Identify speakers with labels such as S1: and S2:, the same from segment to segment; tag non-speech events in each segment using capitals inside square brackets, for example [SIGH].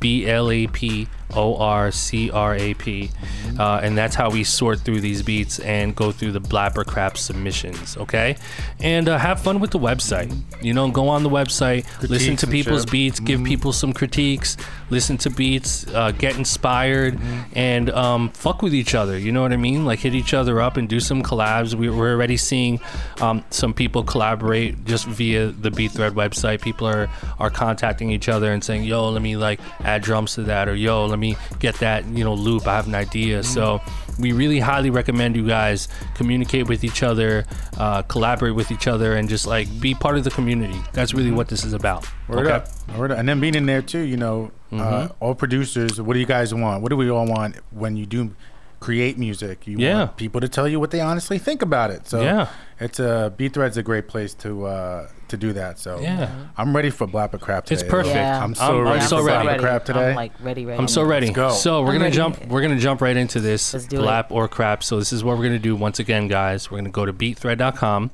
S1: B L A P O R C R A P. Uh, and that's how we sort through these beats and go through the blap or crap submissions, okay? And uh, have fun with the website. You know, go on the website, listen to
S2: and
S1: people's
S2: shit.
S1: beats, give
S2: Mm-hmm.
S1: people some critiques, listen to beats, uh, get inspired,
S2: Mm-hmm.
S1: and um, fuck with each other. You know what I mean? Like hit each other up and do some collabs. We, we're already seeing um, some people collaborate just via the BeatThread website. People are are contacting each other and saying, "Yo, let me like add drums to that," or "Yo, let me get that you know loop. I have an idea."
S2: Mm-hmm.
S1: So. We really highly recommend you guys communicate with each other, uh, collaborate with each other, and just like be part of the community. That's really what this is about.
S2: Mm-hmm. Word up. Word up. And then being in there too, you know, uh,
S1: Mm-hmm.
S2: all producers, what do you guys want? What do we all want when you do create music? You
S1: Yeah.
S2: want people to tell you what they honestly think about it. So
S1: Yeah.
S2: it's a B Thread's a great place to uh, to do that. So
S1: Yeah.
S2: I'm ready for Blapper Crap today.
S1: It's perfect.
S3: Yeah.
S2: I'm
S1: I'm-
S2: so
S1: I'm
S2: ready
S1: so
S2: for
S1: ready.
S2: Blapper Crap today.
S3: I'm like ready, ready.
S1: I'm so ready.
S2: go.
S1: So we're
S3: I'm
S1: gonna
S3: ready.
S1: jump. We're gonna jump right into this
S3: Let's do
S1: blap or crap. So this is what we're gonna do once again, guys. We're gonna go to beatthread.com,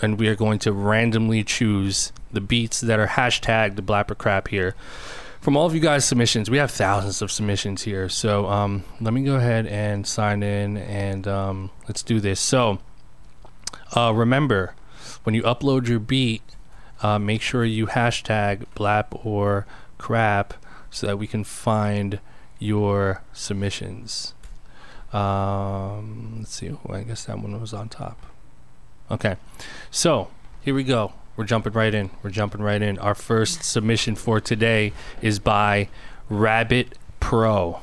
S1: and we are going to randomly choose the beats that are hashtagged blap or crap here. From all of you guys' submissions, we have thousands of submissions here. So um, let me go ahead and sign in, and um, let's do this. So uh, remember, when you upload your beat, uh, make sure you hashtag blap or crap so that we can find your submissions. Um, let's see. Oh, I guess that one was on top. Okay. So here we go. We're jumping right in. We're jumping right in. Our first submission for today is by Rabbit Pro.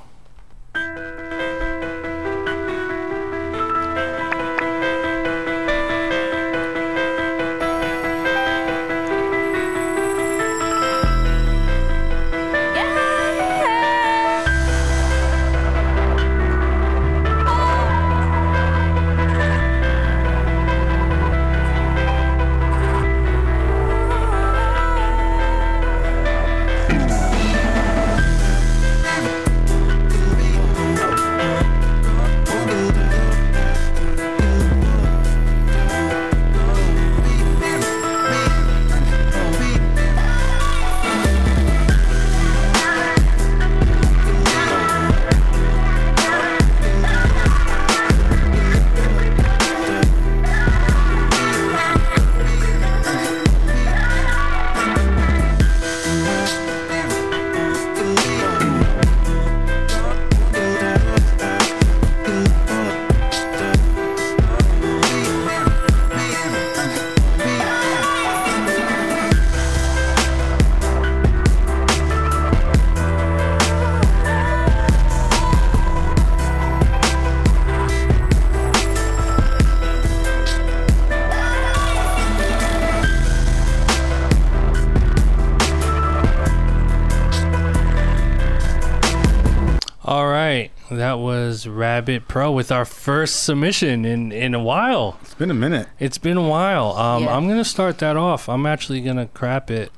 S1: All right, that was Rabbit Pro with our first submission in in a while.
S2: It's been a minute.
S1: It's been a while. Um,
S3: Yeah.
S1: I'm gonna start that off. I'm actually gonna crap it.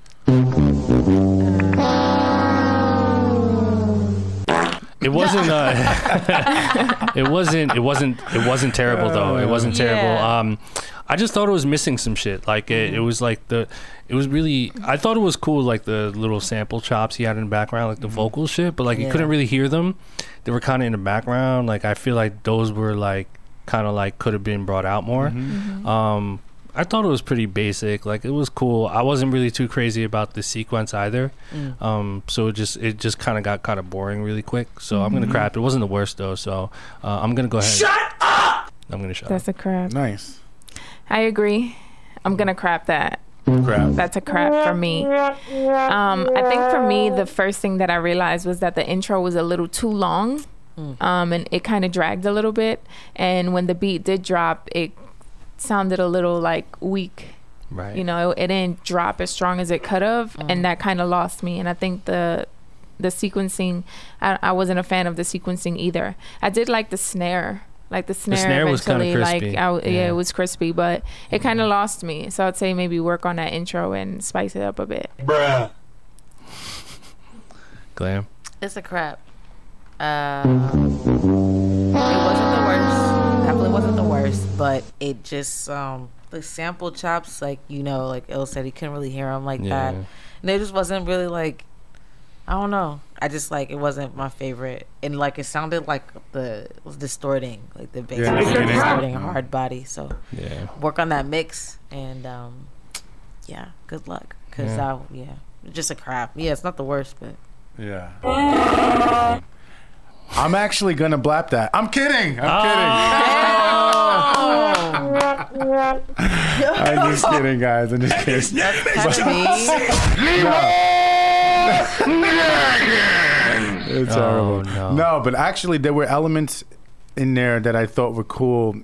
S1: It wasn't. Uh, [LAUGHS] it wasn't. It wasn't. It wasn't terrible though. It wasn't terrible.
S4: Yeah.
S1: Um, I just thought it was missing some shit. Like it, it was like the. It was really. I thought it was cool. Like the little sample chops he had in the background, like the vocal shit. But like you
S3: Yeah.
S1: couldn't really hear them. They were kind of in the background. Like I feel like those were like kind of like could have been brought out more. Um, I thought it was pretty basic. Like it was cool. I wasn't really too crazy about the sequence either.
S3: Mm.
S1: Um, so it just it just kind of got kind of boring really quick. So I'm gonna crap. It wasn't the worst though. So uh, I'm gonna go ahead. Shut up. I'm gonna shut. up.
S4: That's a crap.
S2: Nice.
S4: I agree. I'm gonna crap that.
S2: Crap.
S4: That's a crap for me. Um, I think for me, the first thing that I realized was that the intro was a little too long, um, and it kind of dragged a little bit. And when the beat did drop, it sounded a little like weak.
S1: Right. Mm.
S4: You know, it, it didn't drop as strong as it could have, and that kind of lost me. And I think the the sequencing, I, I wasn't a fan of the sequencing either. I did like the snare. Like the snare,
S1: snare was kinda
S4: eventually,
S1: crispy.
S4: like I, w- yeah,
S1: Yeah. Mm-hmm.
S4: it was crispy, but it kind of lost me. So I'd say maybe work on that intro and spice it up a bit.
S1: Glam.
S3: It's a crap. Uh, it wasn't the worst. Definitely wasn't the worst, but it just um the sample chops, like you know, like Il said, he couldn't really hear them like
S1: Yeah.
S3: that, and it just wasn't really like. I don't know. I just like it wasn't my favorite, and like it sounded like the it was distorting, like the bass
S2: Yeah,
S3: was
S2: it's a crap.
S3: distorting a hard body. So
S1: Yeah.
S3: work on that mix, and um, yeah, good luck. Cause
S1: Yeah.
S3: I yeah, just a crap. Yeah, it's not the worst, but
S2: Yeah. I'm actually gonna blap that. I'm kidding. I'm
S1: Oh.
S2: kidding. I'm just kidding, guys. I'm just kidding.
S3: That's me.
S2: It's
S1: Oh,
S2: horrible.
S1: no.
S2: No, but actually, there were elements in there that I thought were cool.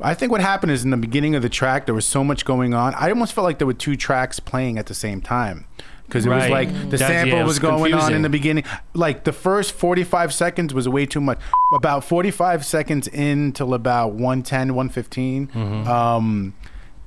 S2: I think what happened is in the beginning of the track, there was so much going on. I almost felt like there were two tracks playing at the same time. Because it was
S1: Right.
S2: like the
S1: That- yeah,
S2: sample
S1: it
S2: was,
S1: was
S2: going on in
S1: confusing.
S2: the beginning. Like the first 45 seconds was way too much. About 45 seconds in till about 110, 115.
S3: Mm-hmm.
S2: Um,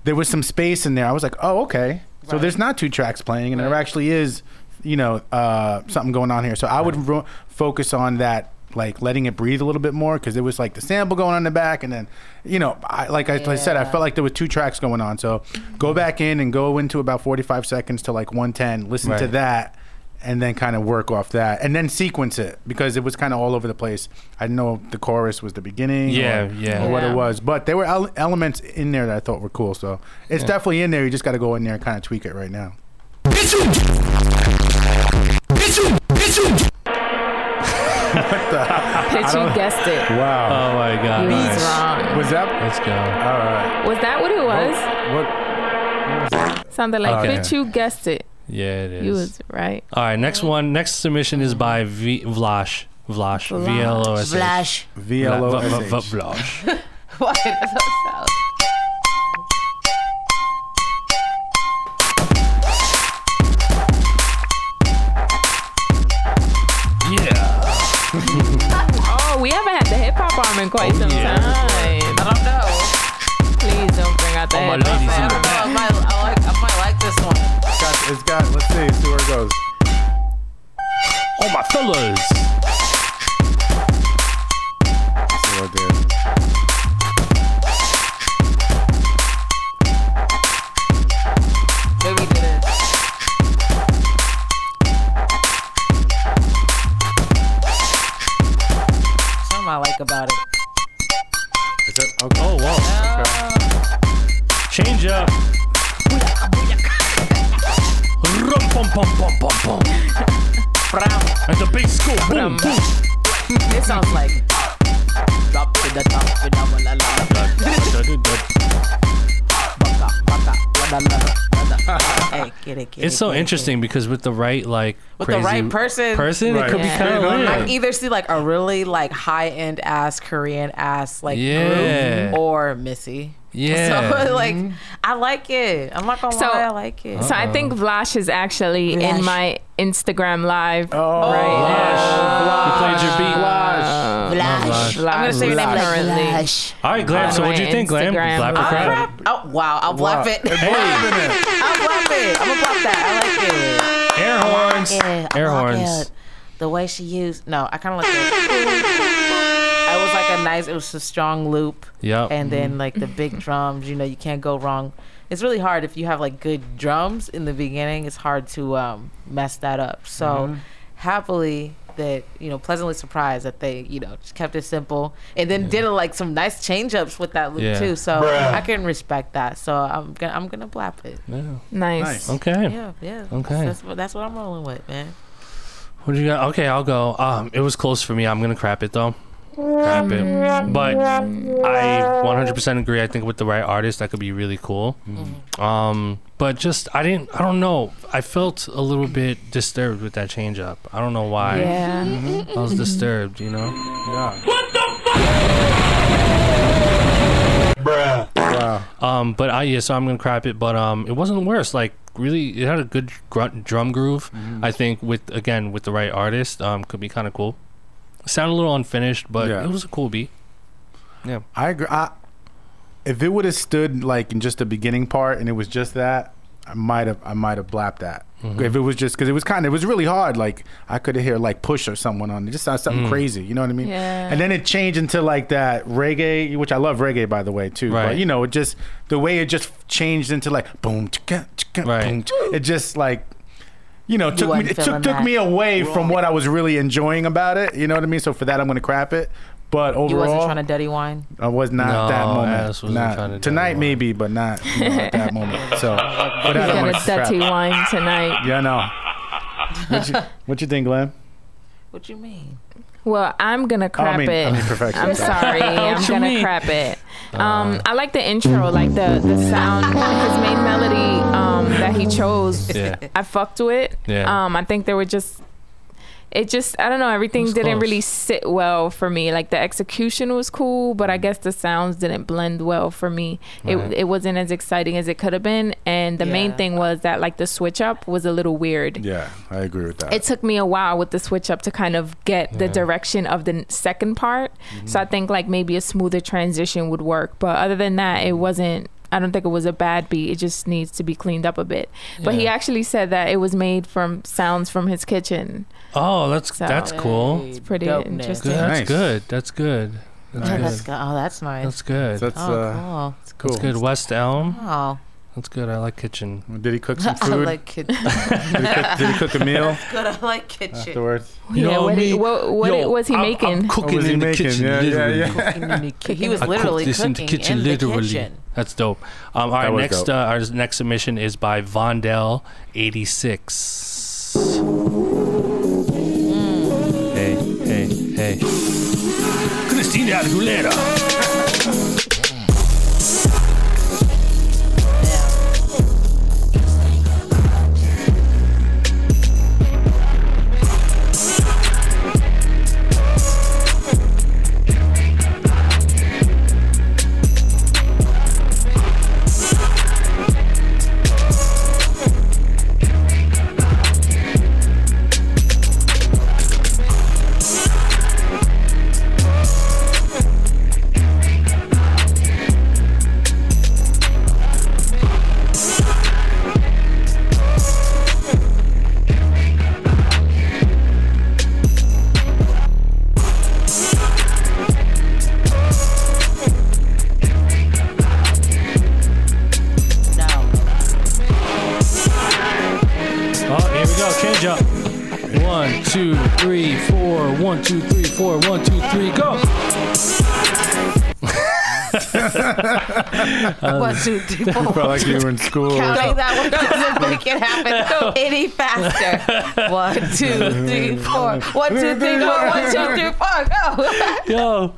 S2: there was some space in there. I was like, oh, okay. So
S3: Right.
S2: there's not two tracks playing, and there
S3: Right.
S2: actually is, you know, uh, something going on here. So I would ro- focus on that, like letting it breathe a little bit more, because there was like the sample going on in the back, and then, you know, I, like I, I said, I
S3: Yeah.
S2: felt like there were two tracks going on. So go back in and go into about 45 seconds to like 110, listen to
S1: Right.
S2: that. And then kind of work off that, and then sequence it because it was kind of all over the place. I didn't know if the chorus was the beginning,
S1: Yeah,
S2: or,
S1: yeah.
S2: or what
S4: Yeah.
S2: it was. But there were ele- elements in there that I thought were cool. So it's definitely in there. You just got to go in there and kind of tweak it right now.
S4: Pitch, you guessed it.
S2: Wow.
S1: Oh my
S4: He
S1: god.
S4: was wrong.
S2: Uh, was that?
S1: Let's go.
S2: All right.
S4: Was that what it was?
S2: What?
S4: Sounded like
S1: Okay.
S4: Pitch, you guessed it.
S1: Yeah, it is.
S4: You was right.
S1: All right. Next one. Next submission is by v- Vlash. Vlash. V L O S H.
S3: Flash.
S2: V L O
S1: Vla- v-
S2: S
S1: v-
S2: H.
S1: Vlash.
S3: Why does that sound?
S1: Yeah.
S4: Oh, we haven't had the hip hop arm in quite some
S1: Oh, yeah.
S4: time.
S3: I don't know.
S4: Please don't bring out the
S1: Oh, my
S4: hip hop
S1: ladies
S3: I
S1: in
S4: arm.
S3: don't know. I might, I, like, I might like this one.
S2: It's got, it's got. Let's see. See where it goes.
S1: Oh my fellas.
S2: See what it is.
S3: Maybe we did it. Something I like about it.
S2: Is that, okay.
S1: Oh wow. Change up. Rum pum pum pum pum pum.
S3: Brown.
S1: And the bass go boom boom.
S3: It sounds like. Drop to the top, phenomenal. Baka, baka, wada, lada, lada. Hey, get it, get it.
S1: It's so
S3: get it,
S1: interesting because with the right like
S3: With the
S1: crazy
S3: right person.
S1: person, it
S2: Right.
S1: could
S3: Yeah.
S1: be kind
S2: Yeah.
S1: of
S3: I
S1: lit.
S3: either see like a really like high end ass Korean ass like
S1: Yeah.
S3: group or Missy.
S1: Yeah.
S3: So [LAUGHS] like I like it. I'm not gonna
S4: So-
S3: lie, I like it.
S4: So I think Vlash is actually
S3: Vlash.
S4: in my Instagram live
S2: Oh.
S4: right
S1: Vlash.
S4: now.
S1: You played your beat.
S4: Lash.
S3: I'm gonna say her name
S4: currently.
S3: like
S1: All right, Glam.
S4: On
S1: So
S4: my
S1: what do you think, Glam?
S4: Instagram.
S1: Blap or
S4: I'm
S1: crap?
S3: Crap. Oh wow! I'll blap it. [LAUGHS] I'll blap
S2: Hey.
S3: it. I'm gonna blap that.
S1: Air
S3: I like
S1: horns.
S3: it. I like it. I
S1: [LAUGHS] Air
S3: like
S1: horns.
S3: it. The way she used. No, I kind of like it. It was like a nice. It was a strong loop.
S1: Yep.
S3: And then like the
S1: [LAUGHS]
S3: big drums. You know, you can't go wrong. It's really hard if you have like good drums in the beginning. It's hard to um, mess that up. So
S1: Mm-hmm.
S3: happily that you know pleasantly surprised that they you know just kept it simple and then did like some nice change ups with that loop
S1: Yeah.
S3: too. So I can respect that. So I'm gonna I'm gonna blap it.
S1: Yeah.
S4: Nice.
S1: Okay.
S3: Yeah, yeah.
S1: Okay.
S3: That's, that's, what- that's what I'm rolling with, man.
S1: What do you got? Okay, I'll go. Um, it was close for me. I'm gonna crap it though. Crap it. But I 100% agree. I think with the right artist, that could be really cool.
S4: Mm-hmm.
S1: Um, but just I didn't. I don't know. I felt a little bit disturbed with that change up. I don't know why.
S4: Yeah.
S1: I was disturbed. You know.
S2: Wow.
S1: Um, but I yeah. So I'm gonna crap it. But um, it wasn't the worst. Like really, it had a good grunt drum groove.
S4: Mm-hmm.
S1: I think with again with the right artist, um, could be kind of cool. Sound a little unfinished, but
S2: Yeah.
S1: it was a cool beat.
S2: I agree. I, if it would have stood like in just the beginning part and it was just that, I might have I might have blapped that.
S1: Mm-hmm.
S2: If it was just because it was kind of it was really hard. Like I could have heard like push or someone on it. Just sounds
S1: Mm.
S2: something crazy. You know what I mean?
S4: Yeah.
S2: And then it changed into like that reggae, which I love reggae by the way too.
S1: Right.
S2: But you know, it just the way it just changed into like boom, chicka, chicka,
S1: Right.
S2: boom. chicka. It just like. You know, took me
S3: wasn't
S2: it took,
S3: feeling
S2: took
S3: that.
S2: me away from what I was really enjoying about it. You know what I mean? So for that, I'm gonna crap it. But overall,
S3: You wasn't trying to duddy wine.
S2: I was not
S1: No,
S2: at that moment.
S1: Ass wasn't trying
S2: Not,
S1: to do
S2: tonight
S1: that.
S2: maybe, but not you know, at
S1: [LAUGHS]
S2: that moment. So, but that I'm
S4: You got a
S2: gonna crap.
S4: dirty wine tonight.
S2: Yeah, I know. What you, what you think, Glenn?
S3: What you mean?
S4: Well, I'm gonna
S2: Oh,
S4: crap
S2: I mean,
S4: it.
S2: I mean perfection.
S1: [LAUGHS]
S4: I'm sorry. I'm
S1: you
S4: gonna
S1: mean? Uh,
S4: crap it. Um, I like the intro, like the the sound, his main melody um, that he chose.
S1: Yeah.
S4: I fucked with.
S1: Yeah.
S4: Um, I think there were just. It just, I don't know, everything
S1: was
S4: didn't
S1: close.
S4: really sit well for me. Like the execution was cool, but I guess the sounds didn't blend well for me.
S1: Right.
S4: It, it wasn't as exciting as it could have been. And the main
S3: Yeah.
S4: thing was that, like, the switch up was a little weird
S2: Yeah, I agree with that.
S4: it took me a while with the switch up to kind of get the direction of the n- second part.
S1: Mm-hmm.
S4: So I think like maybe a smoother transition would work. But other than that, it
S1: Mm-hmm.
S4: wasn't. I don't think it was a bad beat. It just needs to be cleaned up a bit. But he
S1: Yeah.
S4: actually said that it was made from sounds from his kitchen.
S1: Oh, that's
S4: So-
S1: that's cool.
S3: It's
S4: pretty interesting.
S1: Good, that's
S2: Nice.
S1: good. That's good. That's
S3: Yeah,
S1: good.
S3: that's good. Oh, that's nice.
S1: That's good.
S2: so that's
S3: oh,
S2: uh,
S3: cool.
S2: it's
S1: That's
S2: cool.
S1: good. West Elm.
S3: Oh,
S1: That's good. I like kitchen.
S2: Did he cook
S4: [LAUGHS]
S2: some
S3: [LAUGHS] I
S2: food?
S3: like kitchen.
S2: did, he cook, did he cook a meal
S3: Good. I like kitchen.
S2: afterwards?
S1: You know
S4: yeah, what,
S1: what I
S4: he-
S1: mean?
S4: what, what
S1: Yo,
S4: was he
S1: I'm-
S4: making?
S1: I'm cooking
S2: What was he
S1: in the
S2: making?
S1: kitchen.
S2: Yeah, yeah,
S1: literally.
S2: yeah.
S3: he was
S1: [LAUGHS] I cooked
S3: literally
S1: this in the
S3: cooking
S1: kitchen,
S3: in the
S1: literally. [LAUGHS]
S3: kitchen.
S1: That's dope. Um, all right,
S2: was
S1: next
S2: dope.
S1: uh, our next submission is by Vondell eighty six. Hey, hey, hey. Christina Aguilera.
S3: No.
S1: Oh, here we go. Change up. One, two, three, four. One, two, three, four. One, two, three. Go. Uh,
S3: One,
S1: [LAUGHS]
S3: two, three, four. [LAUGHS]
S2: Felt like you were in school.
S3: Counting that one doesn't make it happen any
S1: [LAUGHS]
S3: faster. One, two, three, four. One, two, three,
S1: [LAUGHS]
S3: four. One, two, three, four. Go.
S1: Yo,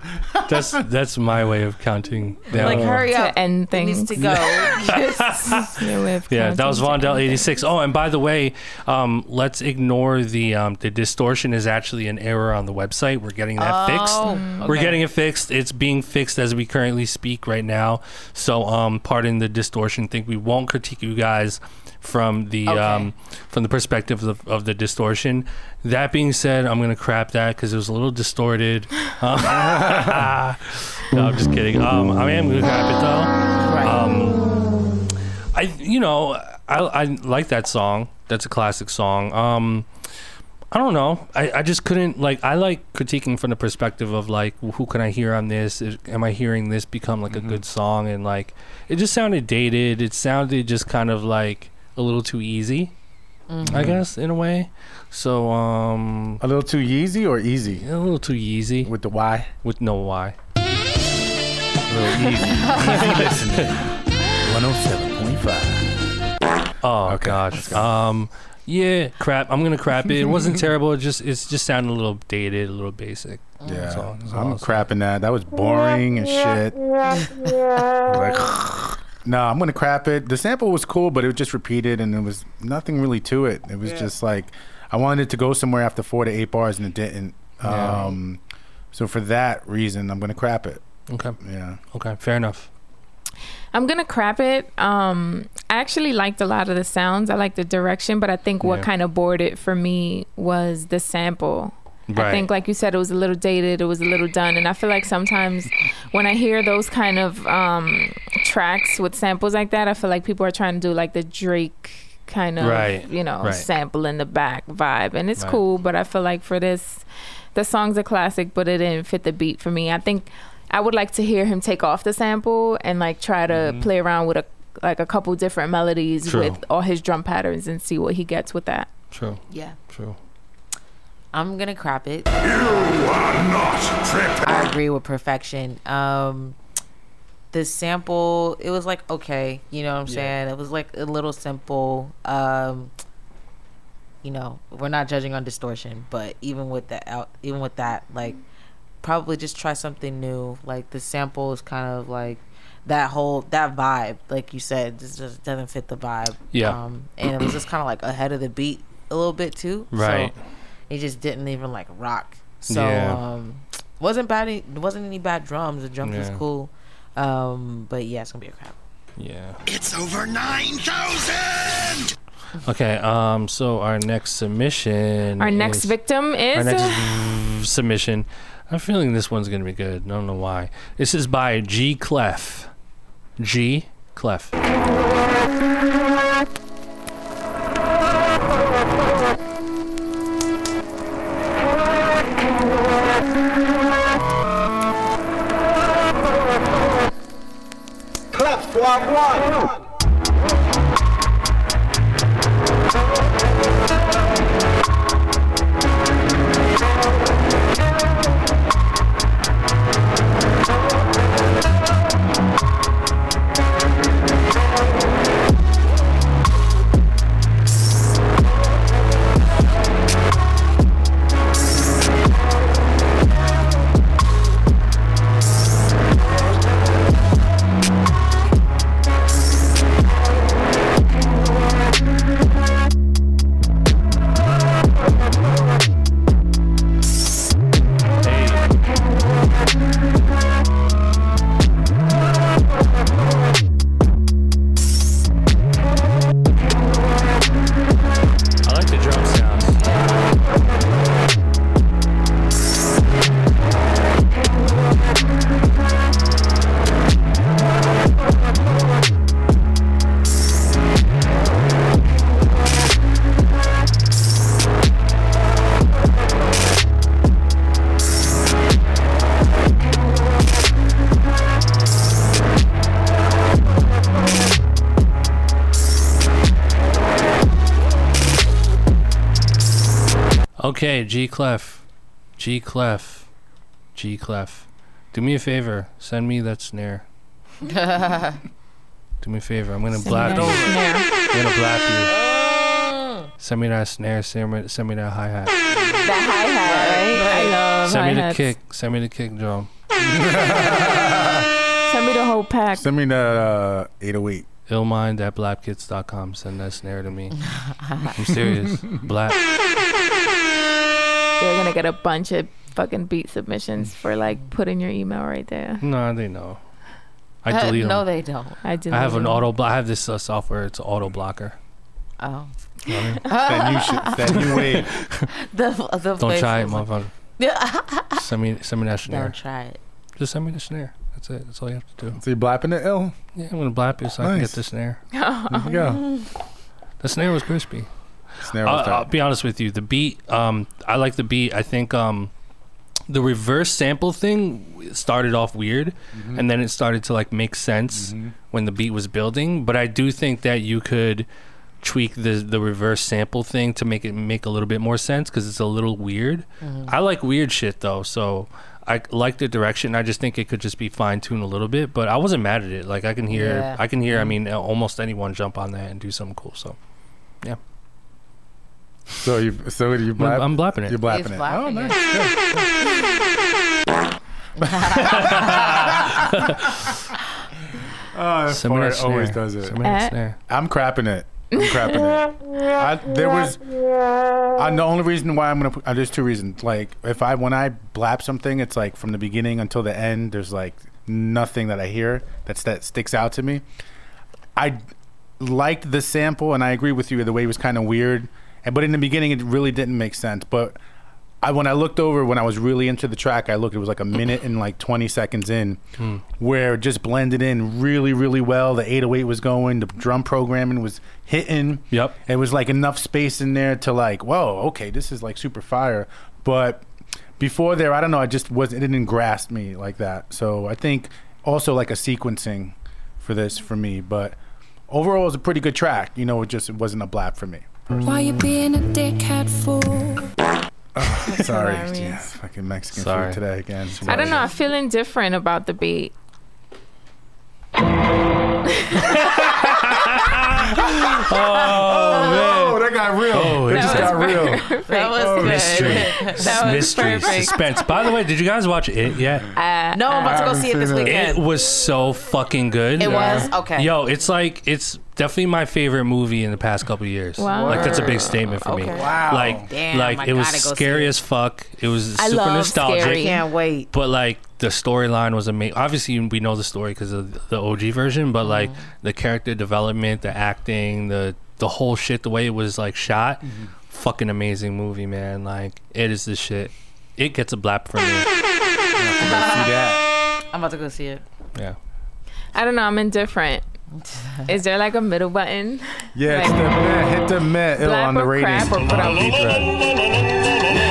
S1: that's that's my way of counting. down.
S3: Like hurry
S4: To
S1: Uh,
S3: up.
S4: end
S3: It needs
S4: things.
S3: to go.
S4: [LAUGHS]
S1: [LAUGHS]
S4: Yeah, with
S1: Yeah, that was
S4: content.
S1: Vondell eighty six. Oh, and by the way, um, let's ignore the um, the distortion is actually an error on the website. We're getting that fixed. We're
S3: okay.
S1: getting it fixed. It's being fixed as we currently speak right now. So, um, pardon the distortion. Think we won't critique you guys from the
S3: Okay.
S1: um, from the perspective of, of the distortion. That being said, I'm gonna crap that because it was a little distorted. [LAUGHS]
S3: [LAUGHS]
S1: Um, no, I'm just kidding. Um, I am gonna crap it though.
S3: Right.
S1: Um, I you know I I like that song. That's a classic song. Um, I don't know. I, I just couldn't like. I like critiquing from the perspective of like, who can I hear on this? Is- Am I hearing this become like a good song? And like, it just sounded dated. It sounded just kind of like a little too easy, I guess, in a way. So um,
S2: A little too Yeezy or easy
S1: a little too easy
S2: with the Y.
S1: with no why.
S2: A
S4: [LAUGHS]
S2: little easy. easy listening. One hundred seven point five.
S1: Oh
S2: Okay,
S1: gosh.
S2: let's go.
S1: Um, yeah, crap. I'm gonna crap it. It [LAUGHS] wasn't terrible. It just it's just sounded a little dated, a little basic.
S2: Yeah,
S1: That's all- that's all
S2: I'm
S1: I'll say.
S2: crapping that. That was boring and shit. like, [LAUGHS] no, I'm gonna crap it. The sample was cool, but it was just repeated, and there was nothing really to it. It was just like I wanted it to go somewhere after four to eight bars, and it didn't.
S1: Yeah.
S2: Um, so for that reason, I'm gonna crap it.
S1: Okay.
S2: Yeah,
S1: Okay. Fair enough.
S4: I'm gonna crap it. Um, I actually liked a lot of the sounds. I liked the direction, but I think what
S1: Yeah.
S4: kind of bored it for me was the sample.
S1: Right.
S4: I think, like you said, it was a little dated. It was a little done, and I feel like sometimes when I hear those kind of um, tracks with samples like that, I feel like people are trying to do like the Drake kind of,
S1: Right.
S4: you know,
S1: Right.
S4: sample in the back vibe, and it's
S1: Right.
S4: cool. But I feel like for this, the song's a classic, but it didn't fit the beat for me. I think I would like to hear him take off the sample and like try to play around with a like a couple different melodies
S1: Mm-hmm. True.
S4: with all his drum patterns and see what he gets with that.
S1: True.
S3: yeah.
S1: True.
S3: I'm gonna crap it. You are not I agree with perfection. Um, the sample, it was like okay, you know what I'm
S1: Yeah.
S3: saying? It was like a little simple. Um, you know, we're not judging on distortion, but even with that, out, even with that, like probably just try something new. Like the sample is kind of like that whole that vibe, like you said, this just doesn't fit the vibe.
S1: Yeah.
S3: Um, and it was just kind of like ahead of the beat a little bit too. So
S1: Right.
S3: it just didn't even like rock. So
S1: Yeah.
S3: um, wasn't bad. It wasn't any bad drums. The drums was
S1: Yeah.
S3: cool. Um, but yeah, it's gonna be a crap.
S1: Yeah. It's over 9,000! Okay, um, so our next submission.
S4: Our next
S1: is-
S4: victim
S1: Our
S4: is [LAUGHS]
S1: next submission. I'm feeling this one's going to be good. I don't know why. This is by G. Clef. G. Clef.
S5: Clap squad one.
S1: Hey. I like the drum sounds. Okay, G Clef. G Clef. G Clef. Do me a favor. Send me that
S4: [LAUGHS]
S1: snare. Do me a favor. I'm gonna blap you.
S4: that snare. Oh.
S1: I'm gonna blap you. Send me that snare. Send me, send me that hi hat.
S4: the hi hat, right? I love
S1: Send me the
S4: hi-hats.
S1: kick. Send me the kick drum.
S4: Send me the whole pack.
S2: send me the uh, eight oh eight.
S1: Ill mind at blapkids.com. Send that snare to me.
S3: [LAUGHS]
S1: I'm serious. Blap.
S4: You're gonna get a bunch of fucking beat submissions for like putting your email right there.
S1: No, they know. I delete
S3: Uh, no,
S1: them.
S3: they don't.
S4: I do.
S1: I have
S4: love
S1: an
S4: you.
S1: auto. Blo- I have this uh, software. It's an auto blocker.
S3: Oh,
S2: that new
S1: [LAUGHS]
S2: shit, that new wave.
S3: [LAUGHS] the the
S1: Don't
S3: voice
S1: try it,
S3: [LAUGHS] was-
S1: motherfucker. Send me, send me that snare.
S3: Don't try it.
S1: Just send me the snare. That's it. That's all you have to do.
S2: So you blapping it ill?
S1: Yeah, I'm gonna blap it so I can
S2: Nice.
S1: get the snare.
S2: There you
S1: Uh-huh.
S2: go.
S1: The snare was crispy.
S2: Snare
S1: I'll,
S2: was
S1: I'll
S2: tight.
S1: be honest with you. The beat, um, I like the beat. I think um, the reverse sample thing started off weird, and then it started to like make sense when the beat was building. But I do think that you could tweak the the reverse sample thing to make it make a little bit more sense because it's a little weird. I like weird shit though, so. I like the direction. I just think it could just be fine tuned a little bit, but I wasn't mad at it. Like I can hear,
S3: Yeah.
S1: I can hear. I mean, almost anyone jump on that and do something cool. So
S2: So you, so you
S1: uh, I'm,
S2: blap,
S1: I'm blapping it.
S2: you're blapping
S3: He's
S2: it.
S3: blapping
S2: oh,
S3: it.
S2: nice. Good. oh, that
S1: Send me that
S2: fart always
S1: snare.
S2: does it.
S1: Send me that
S4: Eh.
S1: snare.
S2: I'm crapping it. I'm crapping it. I, there was. I, the only reason why I'm gonna. put- Uh, there's two reasons. Like if I when I blab something, it's like from the beginning until the end. There's like nothing that I hear that's that sticks out to me. I liked the sample, and I agree with you. The way it was kind of weird, and but in the beginning, it really didn't make sense. But I when I looked over when I was really into the track, I looked. It was like a minute and like twenty seconds in, where it just blended in really, really well. The eight oh eight was going. The drum programming was hitting.
S1: Yep.
S2: It was like enough space in there to like, whoa, okay, this is like super fire. But before there, I don't know. I just was it didn't grasp me like that. So I think also like a sequencing for this for me. But overall, it was a pretty good track. You know, it just it wasn't a blap
S4: [LAUGHS]
S2: for me.
S5: Why you being a dickhead fool?
S2: Sorry,
S4: hilarious.
S2: yeah, fucking Mexican
S1: Sorry.
S2: food today again.
S4: I don't know. I'm feeling different about the beat.
S2: Oh, that got real.
S1: Oh,
S2: that
S1: it
S2: just
S1: was
S2: got real.
S3: [LAUGHS]
S4: perfect.
S3: That was
S2: Oh,
S3: good.
S1: mystery.
S3: that was
S1: Mystery,
S3: Oh, perfect.
S1: suspense. By the way, did you guys watch it yet?
S3: [LAUGHS]
S4: Uh,
S3: No, I'm about to go
S2: haven't
S3: see it this
S2: seen it.
S1: It
S3: weekend.
S1: was so fucking good.
S3: It was okay.
S1: Yo, it's like it's definitely my favorite movie in the past couple of years.
S4: Wow.
S1: Like that's a big statement for me.
S3: Okay.
S2: Wow.
S1: Like,
S3: Damn, I
S1: like it was
S3: gotta go see
S1: scary
S3: it.
S1: as fuck. It was
S4: I
S1: super
S4: love
S1: nostalgic.
S3: I
S4: scary.
S3: can't wait.
S1: But like the storyline was amazing. Obviously, we know the story because of the OG version, but like the character development, the acting, the the whole shit, the way it was like shot, fucking amazing movie, man. Like it is the shit. It gets a blap from me.
S3: I'm about to go see it.
S1: Yeah.
S4: I don't know. I'm indifferent. Is there like a middle button?
S2: Yeah, it's the
S4: Like-
S2: meh, hit the meh ill
S4: Blap
S2: on the
S4: or
S2: ratings.
S4: crap or put out-
S2: Deep red.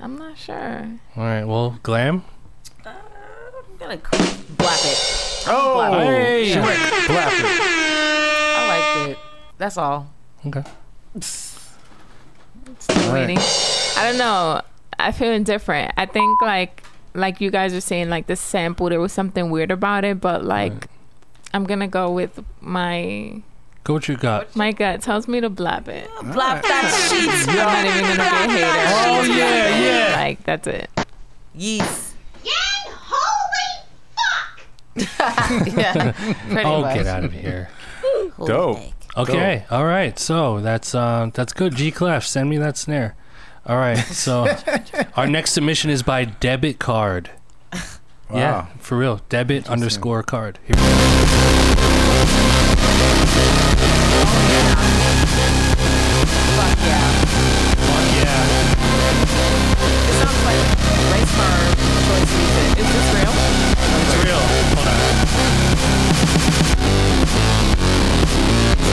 S4: I'm not sure.
S1: All right. Well, glam.
S3: I'm gonna cr- blap it.
S2: Oh,
S1: Hey.
S2: blap it.
S3: I liked it. That's all.
S1: Okay.
S4: Still
S2: Right.
S4: waiting. I don't know. I feel indifferent. I think like like you guys are saying like the sample there was something weird about it, but like I'm gonna go with my
S1: Go what you got.
S4: my gut tells me to blab [LAUGHS] it.
S3: Blap that sheets.
S4: I'm not even gonna be a hater.
S1: Oh yeah, yeah.
S4: Like that's it.
S3: Yeast.
S6: Yang, holy fuck!
S3: Yeah. Pretty
S1: Oh,
S3: much.
S1: get out of here.
S3: Cool
S2: Dope.
S3: thing.
S1: Okay. All right. So that's uh, that's good. G Clef, send me that snare. All right.
S3: [LAUGHS]
S1: So our next submission is by
S2: [LAUGHS]
S1: debit card. Yeah,
S2: Wow.
S1: for real. Debit underscore card. Here we go.
S3: Fuck yeah.
S1: Yeah.
S3: It sounds like race car choice music. Is this real?
S1: It's real.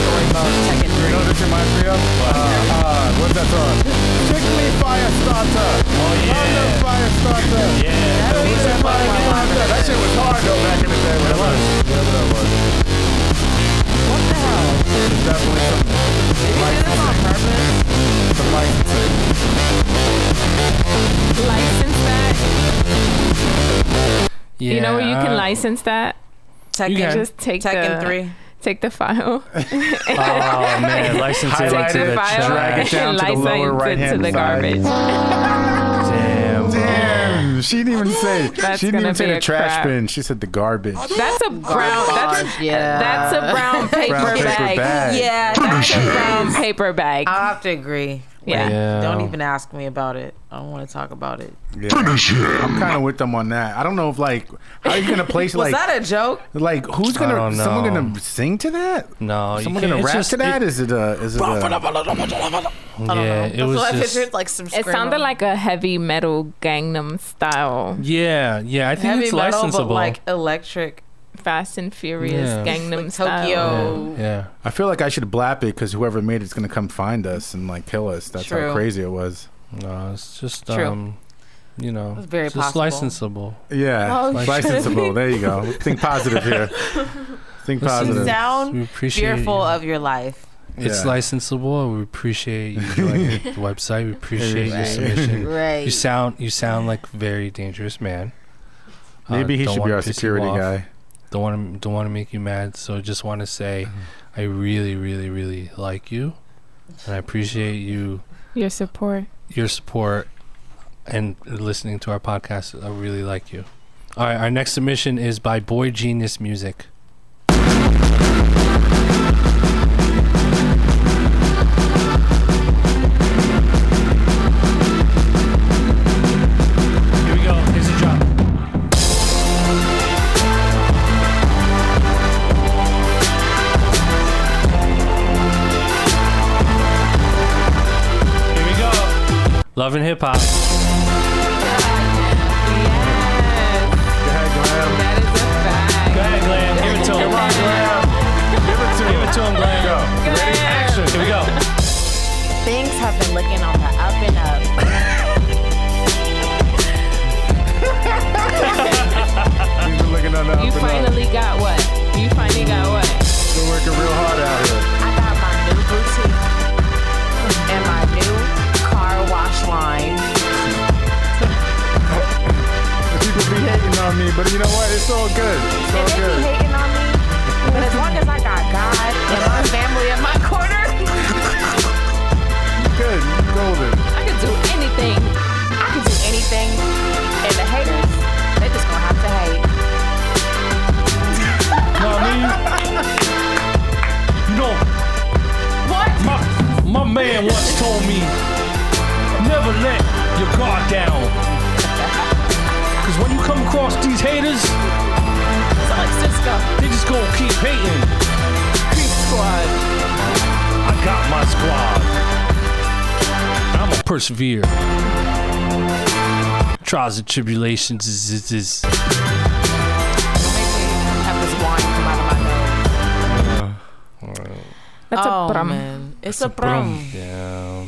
S1: Hold
S3: Story mode,
S2: You
S3: second
S2: know
S3: three.
S2: what this reminds me of? Uh, uh, what's that song? Pick me Firestarter. Oh,
S1: yeah.
S2: Firestarter.
S1: on. Yeah.
S3: Beats are falling in love.
S2: That shit was hard though back in the day. Whatever that was. Whatever that was.
S3: What the hell?
S2: It's definitely some,
S3: Did he do this on purpose?
S2: some licensing.
S4: License that.
S1: yeah.
S4: You know where you can license that?
S3: Tekken.
S1: can.
S4: Just take
S3: Tekken
S4: the
S3: three.
S4: take the file.
S1: Oh
S3: [LAUGHS]
S1: man, license it
S2: Highlight
S1: into
S2: it,
S1: the
S4: file
S1: trash.
S2: drag it down to the
S4: license
S2: lower
S4: it
S2: right-hand
S4: to the
S2: side.
S4: garbage.
S1: Damn.
S2: Damn, she didn't even say.
S4: That's
S2: she didn't
S4: gonna
S2: even say
S4: be
S2: the
S4: a
S2: trash
S4: crap.
S2: bin. She said the garbage.
S4: That's a brown that's
S3: Garbage, Oh, yeah.
S4: that's a brown paper
S2: Brown paper
S4: bag.
S2: bag.
S3: Yeah, um, that's a
S4: Brown paper bag.
S3: I'll have to agree.
S4: Yeah.
S1: Yeah.
S3: Don't even ask me about it. I don't want to talk about it.
S2: I'm kind of with them on that. I don't know if like how you gonna place
S3: Was
S2: like
S3: that a joke?
S2: like who's gonna
S1: don't
S2: someone
S1: know.
S2: gonna sing to that?
S1: No, you
S2: someone
S1: can't-
S2: gonna
S1: it's
S2: rap
S1: just-
S2: to that?
S1: it-
S2: Is it a is it a
S1: Yeah, it
S3: That's
S1: was
S3: what I
S1: just.
S3: pictured, like some.
S4: It
S3: screamo.
S4: sounded like a heavy metal Gangnam style,
S1: Yeah, yeah. I think
S3: heavy
S1: it's
S3: metal,
S1: licensable.
S3: but like electric,
S4: Fast and Furious
S1: Yeah.
S4: Gangnam
S3: Like
S4: style.
S3: Tokyo.
S1: yeah, yeah.
S2: I feel like I should blap it because whoever made it's gonna come find us and like kill us. That's
S3: True.
S2: how crazy it was.
S1: No, it's just
S3: True.
S1: um, you know,
S3: It's very
S1: just
S3: possible.
S1: licensable.
S2: Yeah,
S4: Oh,
S2: it's licensable. There you go. Think positive here. Think
S3: You
S2: positive.
S1: Listen,
S3: sound
S1: We appreciate
S3: fearful
S1: you.
S3: of your life.
S1: It's
S2: Yeah.
S1: licensable. We appreciate
S2: [LAUGHS]
S1: you joining the website. We appreciate your
S2: Right.
S1: submission.
S3: Right.
S1: You sound you sound like a very dangerous man. Uh,
S2: Maybe he
S1: don't
S2: should be
S1: wanna
S2: our
S1: piss you
S2: security
S1: off.
S2: guy.
S1: Don't want to don't want to make you mad. So just want to say,
S2: Uh-huh.
S1: I really, really, really like you, and I appreciate you
S4: Your support.
S1: your support and listening to our podcast. I really like you. All right, our next submission is by Boy Genius Music. Here we go. Here's a drop. Here we go. Love and hip hop.
S4: Yes, that is a fact.
S1: Go ahead, Glam. Give it to him. Give it to him, Glam. Here we go.
S3: Things have been looking on the up and up.
S2: He's been looking on the up
S4: You
S2: and up.
S4: finally got what? You finally got what?
S2: Been working real hard out here.
S3: I got my new boutique and my new car wash line.
S2: People be hating on me, but you know what? It's all good. It's all
S3: They be
S2: good.
S3: hating on me, but as long as I got God and my family in my corner,
S2: Good. You golden.
S4: I could do anything.
S3: I can do anything. And the haters, they just gonna have to hate.
S1: I mean, you know,
S3: What?
S1: my, my man once told me, never let your guard down. Because when you come across these haters,
S3: So like Cisco,
S1: they just gonna keep hating.
S3: Creep Squad.
S1: I got my squad. I'm gonna persevere. Trials and tribulations is, is, is.
S3: Don't make me have this wine come out of my nose.
S4: That's Oh, a brum.
S3: Oh, man, it's a problem.
S1: Yeah.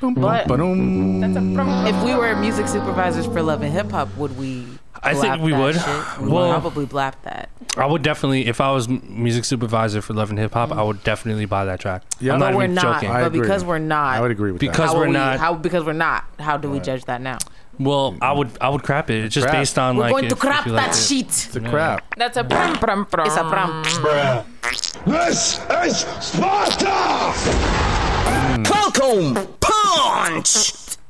S2: Boom,
S3: But-
S2: ba-doom.
S4: That's a brum.
S3: If we were music supervisors for Love and Hip Hop, would we?
S1: I think
S3: blap
S1: we
S3: that
S1: would.
S3: shit? We
S1: Well-
S3: would probably blap that.
S1: I would definitely, if I was m- music supervisor for Love and Hip Hop, I would definitely buy that track.
S2: Yeah,
S1: I'm
S2: but
S1: not
S3: we're
S1: even
S3: not.
S1: joking.
S2: I
S3: but
S2: agree.
S3: because we're not,
S2: I would agree with
S1: Because-
S2: that.
S3: how
S1: we're
S3: are we-
S1: not-
S3: How because we're not. How do we judge that now?
S1: well, I would, I would crap it. It's just
S2: Crap.
S1: based on
S3: We're
S1: like.
S3: going
S1: if-
S3: to
S1: if
S3: crap
S1: you like
S3: that
S1: it.
S3: sheet.
S2: It's a crap.
S4: That's a brum brum brum.
S3: It's a problem.
S7: This is Sparta! Welcome, punch!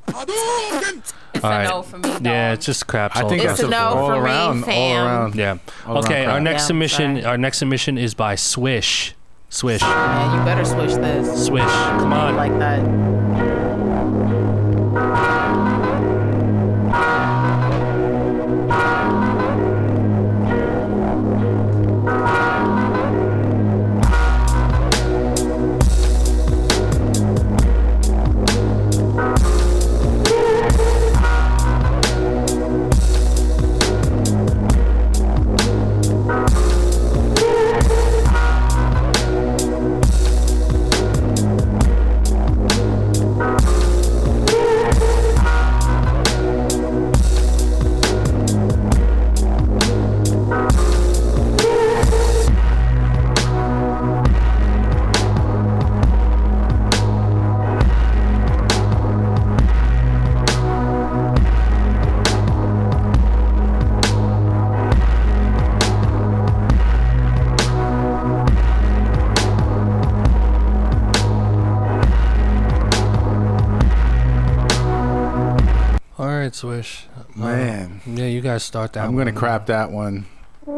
S4: It's
S1: All
S4: a
S1: right.
S4: no for me. Dog.
S1: Yeah, it's just crap.
S2: I think
S3: It's
S2: that's
S3: a no
S2: all
S3: for me,
S2: around.
S3: fam.
S2: All around.
S1: Yeah.
S2: All around
S1: Okay. Our
S2: crap.
S1: next
S3: Yeah,
S1: submission.
S3: sorry.
S1: Our next submission is by Swish. Swish.
S3: Yeah, you better swish this.
S1: Swish. Come on.
S3: Like that.
S1: [LAUGHS] All right, Swish. Uh,
S2: Man.
S1: yeah, you guys start that.
S2: I'm gonna
S1: one. Uh,
S2: crap that one. You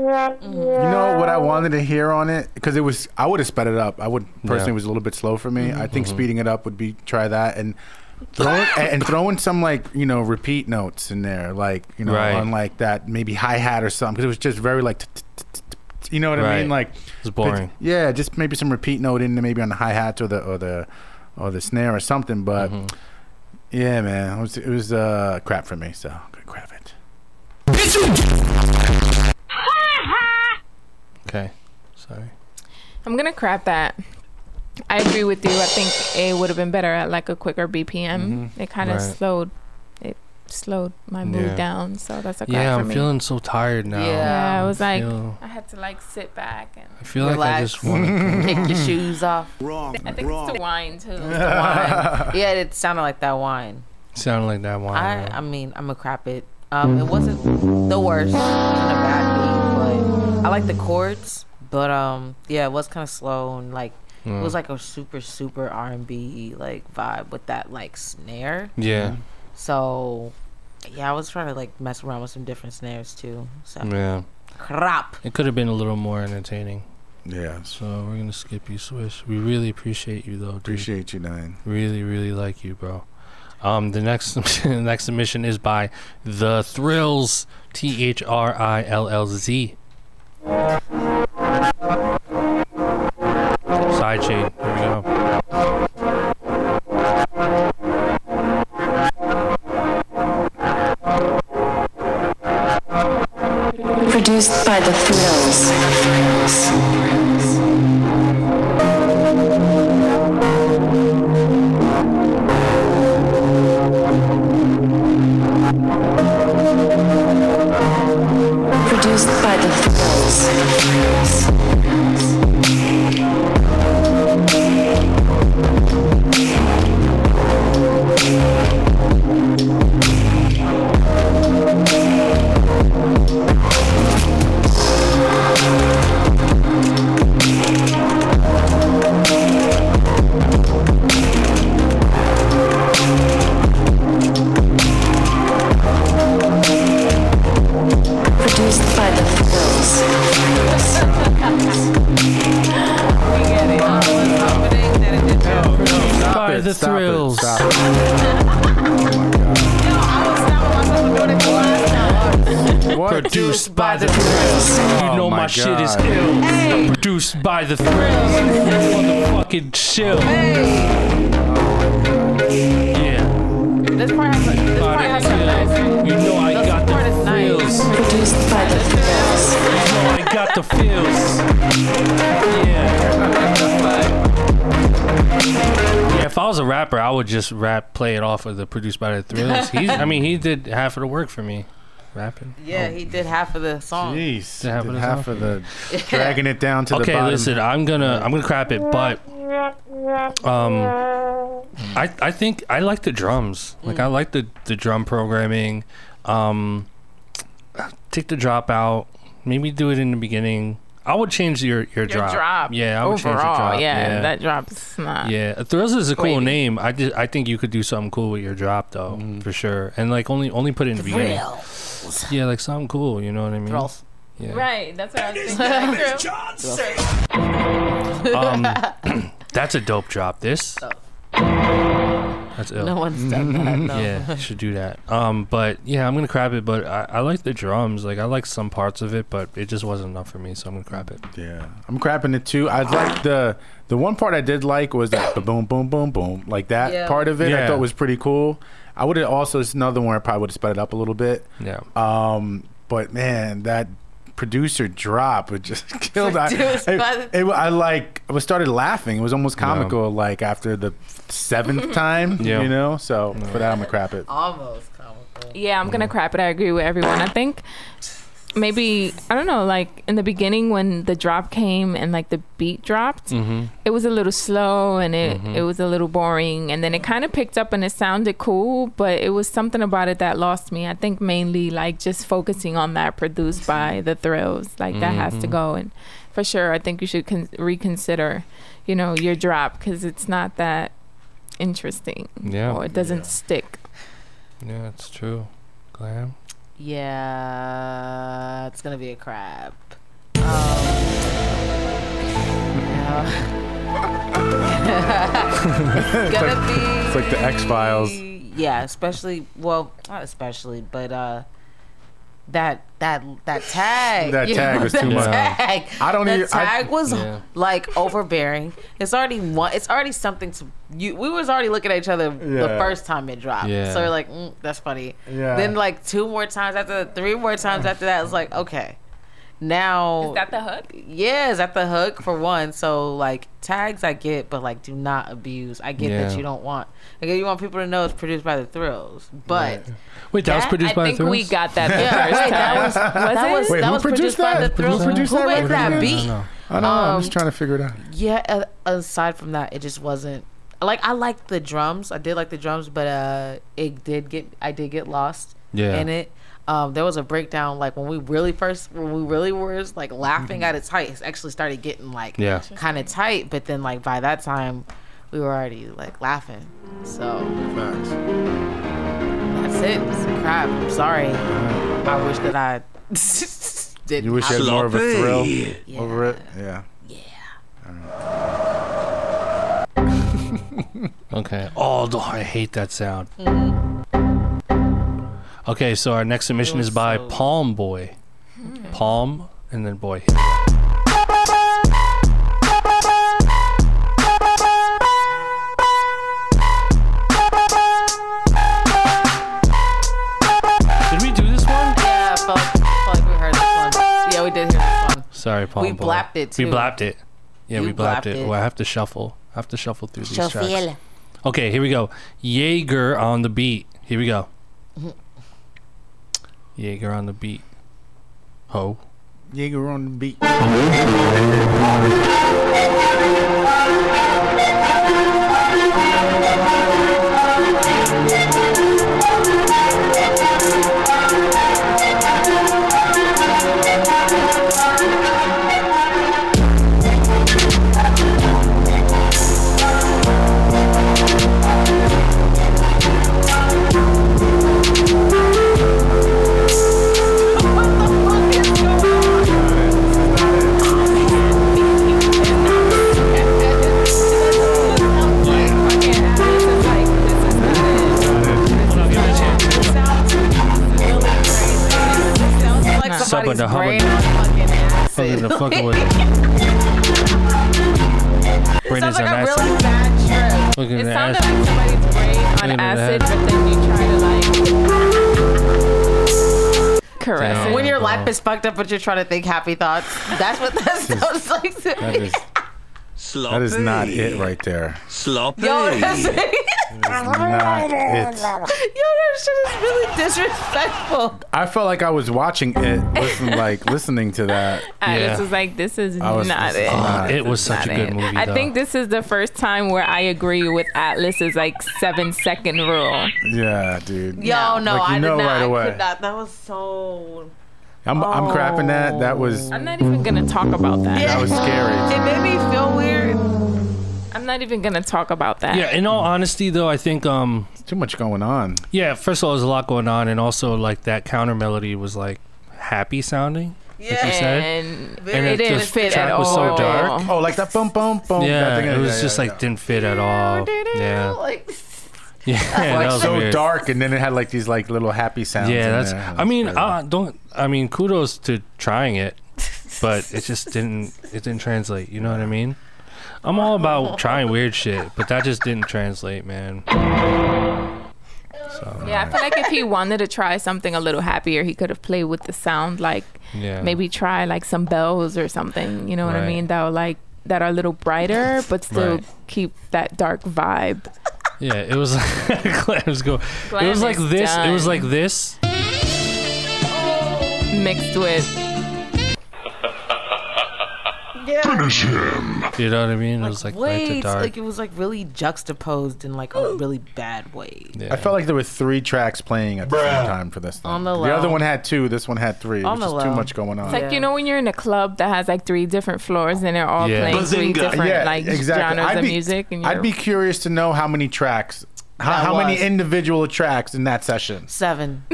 S2: know what I wanted to hear on it because it was I would have sped it up. I would personally
S1: Yeah. Mm-hmm.
S2: it was a little bit slow for me. I think speeding it up would be try that and
S1: [LAUGHS]
S2: throwing and throwing some like you know repeat notes in there like you know
S1: Right.
S2: on like that maybe hi hat or something because it was just very like t- t- t- t- t- you know what I
S1: Right.
S2: mean like
S1: It's boring.
S2: yeah, just maybe some repeat note in there maybe on the hi hats or the or the or the snare or something. But
S1: Mm-hmm.
S2: yeah, man, it was it was uh, crap for me. So I'm gonna grab it.
S1: Okay. Sorry.
S4: I'm gonna crap that. I agree with you. I think A would have been better at like a quicker BPM. It kind of
S1: Mm-hmm. Right.
S4: slowed. It slowed my mood
S1: Yeah.
S4: down. So that's a crap
S1: Yeah,
S4: for
S1: I'm
S4: me.
S1: feeling so tired now.
S3: Yeah.
S4: yeah, I
S1: I
S4: was like,
S1: feel-
S4: I had to like sit back and
S1: I feel like I
S3: Relax.
S1: just
S3: [LAUGHS]
S1: want to.
S3: Kick your shoes off.
S1: [LAUGHS]
S4: I think it's the wine too.
S3: Wine. yeah, it sounded like that wine.
S1: Sound like that one.
S3: I, I mean, I'm gonna crap it. Um, it wasn't the worst. It wasn't a bad beat, but I like the chords. But um, yeah, it was kind of slow and like it was like a super super R&B like vibe with that like snare.
S1: yeah.
S3: So yeah, I was trying to like mess around with some different snares too. So
S1: Yeah.
S3: crap.
S1: It could have been a little more entertaining.
S2: Yeah, so
S1: So we're gonna skip you, Swish. We really appreciate you though. Dude.
S2: appreciate you, nine.
S1: Really, really like you, bro. Um, the next [LAUGHS] the next submission is by the Thrills T H R I L L Z. Side chain. Here we go.
S8: Produced by The Thrills. Produced by The Thrills. Produced by The Thrills.
S1: By the
S2: Stop it,
S1: Thrills.
S2: stop it. What?
S1: Produced by the Thrills. you know
S2: Oh my
S1: my, shit is
S2: God.
S1: ill. Produced by the Thrills. Motherfucking chill. Yeah.
S4: This part has, this part
S1: By
S4: has
S1: the
S4: some nice.
S1: Thrills. You know I got
S4: part
S1: the
S4: is nice.
S1: Thrills.
S8: Produced by The Thrills.
S1: You know I got the feels. Yeah. Yeah, if I was a rapper, I would just rap, play it off of the produced by the Thrills. He's, I mean, he did half of the work for me, rapping.
S3: Yeah, he did half of the song.
S2: Jeez,
S1: Did half of
S2: did
S1: this
S2: half of the
S1: [LAUGHS]
S2: dragging it down to the
S1: Okay,
S2: bottom.
S1: listen, I'm gonna, I'm gonna crap it, but, um, I, I think I like the drums. Like I like the the drum programming. Um, take the drop out. Maybe do it in the beginning. I would change your your,
S4: Your
S1: drop.
S4: drop.
S1: Yeah, I would change your
S4: Overall,
S1: drop.
S4: yeah, that drop's not.
S1: Yeah, Thrills is a cool
S4: Wait.
S1: name. I just, I think you could do something cool with your drop though,
S2: Mm.
S1: for sure. And like only only put it in the beginning.
S3: [LAUGHS]
S1: Yeah, like something cool. You know what I mean?
S3: Thrills.
S1: Yeah.
S4: Right, that's what I was thinking. [LAUGHS] Like, true.
S1: Um, that's a dope drop. This. That's ill.
S3: No one's done that. though.
S1: Yeah, should do that. Um, but yeah, I'm gonna crap it. But I, I like the drums. Like I like some parts of it, but it just wasn't enough for me. So I'm gonna crap it.
S2: Yeah, I'm crapping it too. I like the the one part I did like was that the boom, boom, boom, boom, like that
S3: Yeah.
S2: part of it. I
S1: Yeah.
S2: thought was pretty cool. I would have also it's another one I probably would have sped it up a little bit.
S1: Yeah.
S2: Um, but man, that producer drop it just [LAUGHS] killed. I,
S3: Produced by
S2: it, it- I like I was started laughing. It was almost comical. Like after the seventh time,
S1: Yeah.
S2: you know. So for that, I'm gonna crap it.
S3: Almost comical.
S4: Yeah, I'm gonna crap it. I agree with everyone. I think maybe I don't know. Like in the beginning, when the drop came and like the beat dropped,
S1: Um,
S4: it was a little slow and it
S1: Mm-hmm.
S4: it was a little boring. And then it kind of picked up and it sounded cool, but it was something about it that lost me. I think mainly like just focusing on that produced by the Thrills. Like that has
S1: Mm-hmm.
S4: to go. And for sure, I think you should con- reconsider, you know, your drop because it's not that interesting
S1: Yeah.
S4: or it doesn't stick.
S1: Yeah, it's true. Glam.
S3: Yeah, it's gonna be a crab. Um, yeah. [LAUGHS] it's gonna
S2: like-
S3: be.
S2: it's like the X-Files.
S3: Yeah, especially. Well, not especially, but uh, that that that tag.
S2: That
S3: [LAUGHS] you
S2: tag was too
S3: that
S2: much.
S3: Tag,
S2: I don't
S3: The
S2: even- I-
S3: tag was
S2: Yeah.
S3: like overbearing. It's already one. It's already something to you. We was already looking at each other the
S2: Yeah.
S3: first time it dropped.
S2: Yeah.
S3: So we're like, mm, that's funny.
S2: Yeah.
S3: Then like two more times after, that, three more times after that, it's like okay. Now
S4: Is that the hook?
S3: yeah, is that the hook for one? So like tags I get, but like do not abuse. I get
S1: Yeah.
S3: that you don't want. I get you want people to know it's produced by the Thrills, but
S1: Wait, that was produced I by The think we Thrills? got that the first
S3: wait, that
S1: time.
S4: [LAUGHS]
S3: was,
S1: Was
S3: that
S1: it?
S3: was
S2: Wait,
S3: that
S2: who
S3: was
S2: produced
S3: produced by the
S2: that?
S3: Thrills.
S2: Who produced
S3: who
S2: that
S3: made
S2: record?
S3: that
S2: I
S3: beat?
S2: don't know. I know. I'm
S3: Um,
S2: just trying to figure it out.
S3: yeah uh, aside from that it just wasn't like i liked the drums i did like the drums but uh it did get i did get lost
S1: Yeah.
S3: in it um there was a breakdown like when we really first when we really were like laughing
S2: Mm-hmm.
S3: at its height it actually started getting like
S1: Yeah.
S3: kind of tight but then like by that time we were already like laughing so that's it it's a crap i'm sorry i wish that i [LAUGHS] didn't
S2: You wish you had more of a thrill over it. Yeah.
S1: Okay. Oh, th- I hate that sound. Okay, so our next submission is by Palm Boy.
S3: Hmm.
S1: Palm and then boy. Did we do this one?
S3: Yeah, I felt, felt like we heard this one. Yeah, we did hear this one.
S1: Sorry, Palm
S3: We
S1: Boy.
S3: blapped it,
S1: We
S3: too.
S1: blapped it. Yeah,
S3: You
S1: we blapped,
S3: blapped
S1: it.
S3: it.
S1: Well, I have to shuffle. I have to shuffle through these
S3: Shuffle.
S1: tracks. Okay, here we go. Jaeger on the beat. Here we go. Jaeger on the beat. Ho.
S2: Jaeger on the beat.
S3: Like somebody's
S1: Subba-da-hubba-da.
S3: brain
S1: Fucking the
S3: acid.
S1: fucking with. [LAUGHS] Brain
S4: Sounds
S1: is
S4: like
S1: on
S4: a
S1: acid.
S4: really bad trip.
S1: Looking
S4: it
S1: at
S4: sounded
S1: acid.
S4: like somebody's brain
S1: Looking
S4: on
S1: at
S4: acid,
S1: acid.
S4: but then you try to like caress
S1: Damn,
S4: it.
S3: when your
S1: bro.
S3: life is fucked up, but you're trying to think happy thoughts. That's what that sounds like to
S2: That
S3: me.
S1: [LAUGHS]
S2: is. That is not it right there.
S7: Sloppy.
S3: Yo, that's
S2: Not it.
S3: Yo, that shit is really disrespectful.
S2: I felt like I was watching it, listen, like listening to that.
S4: Alice
S1: Yeah.
S4: was like, "This is
S2: I was-
S4: not
S2: this is
S4: it."
S2: not
S1: Oh, it was such a
S4: Not
S1: good
S4: it.
S1: movie.
S4: I
S1: though.
S4: think this is the first time where I agree with Atlas's like seven second rule.
S2: Yeah, dude.
S3: Yo, no,
S2: Like, you
S3: I did
S2: know
S3: not.
S2: right
S3: I
S2: away.
S3: could not. That was so.
S2: I'm, I'm crapping that. That was
S4: I'm not even gonna talk about that.
S2: that was scary.
S3: It made me feel weird.
S2: Oh,
S4: I'm not even gonna talk about that.
S1: Yeah, in all honesty, though, I think um,
S2: Too much going on.
S1: yeah. First of all, there's a lot going on, and also like that counter melody was like happy sounding. Like you said.
S4: And
S1: And
S4: it
S1: it
S4: didn't
S1: just-
S4: fit
S1: track
S4: at all.
S1: was so dark.
S2: Oh, like that boom, boom, boom.
S1: Yeah,
S2: that
S1: it was just like
S2: yeah.
S1: didn't fit at all. Yeah,
S3: Like,
S1: yeah, that was
S2: so
S1: weird.
S2: dark, and then it had like these like little happy sounds.
S1: Yeah,
S2: in
S1: that's.
S2: there.
S1: I mean,
S2: That's
S1: uh, don't. I mean, kudos to trying it, but it just didn't. It didn't translate. You know what I mean? I'm all about trying weird shit, but that just didn't translate, man.
S4: Yeah, I feel like if he wanted to try something a little happier, he could have played with the sound, like
S1: Yeah.
S4: maybe try like some bells or something. You know what I
S1: Right.
S4: mean? That were like that are a little brighter, but still
S1: Right.
S4: keep that dark vibe.
S1: Yeah, it was. [LAUGHS] Glenn was go. It
S4: Glenn
S1: was like
S4: is
S1: this. It was
S4: done.
S1: like this.
S4: mixed with
S1: You know what I mean? It was like
S3: like,
S1: light to
S3: wait,
S1: dark.
S3: like it was like really juxtaposed in like a really bad way.
S2: I felt like there were three tracks playing at the same time for this. Thing.
S3: On the
S2: other
S3: low.
S2: one had two. This one had three.
S3: On
S2: It was
S3: the
S2: just too
S3: low.
S2: much going on.
S4: like you know when you're in a club that has like three different floors and they're all
S1: Yeah.
S4: playing three
S7: Bazinga.
S4: different
S2: yeah,
S4: like
S2: exactly.
S4: genres
S2: I'd
S4: of
S2: be,
S4: music and
S2: I'd
S4: you're-
S2: be curious to know how many tracks, how,
S3: That
S2: how many
S3: was.
S2: individual tracks in that session.
S3: Seven.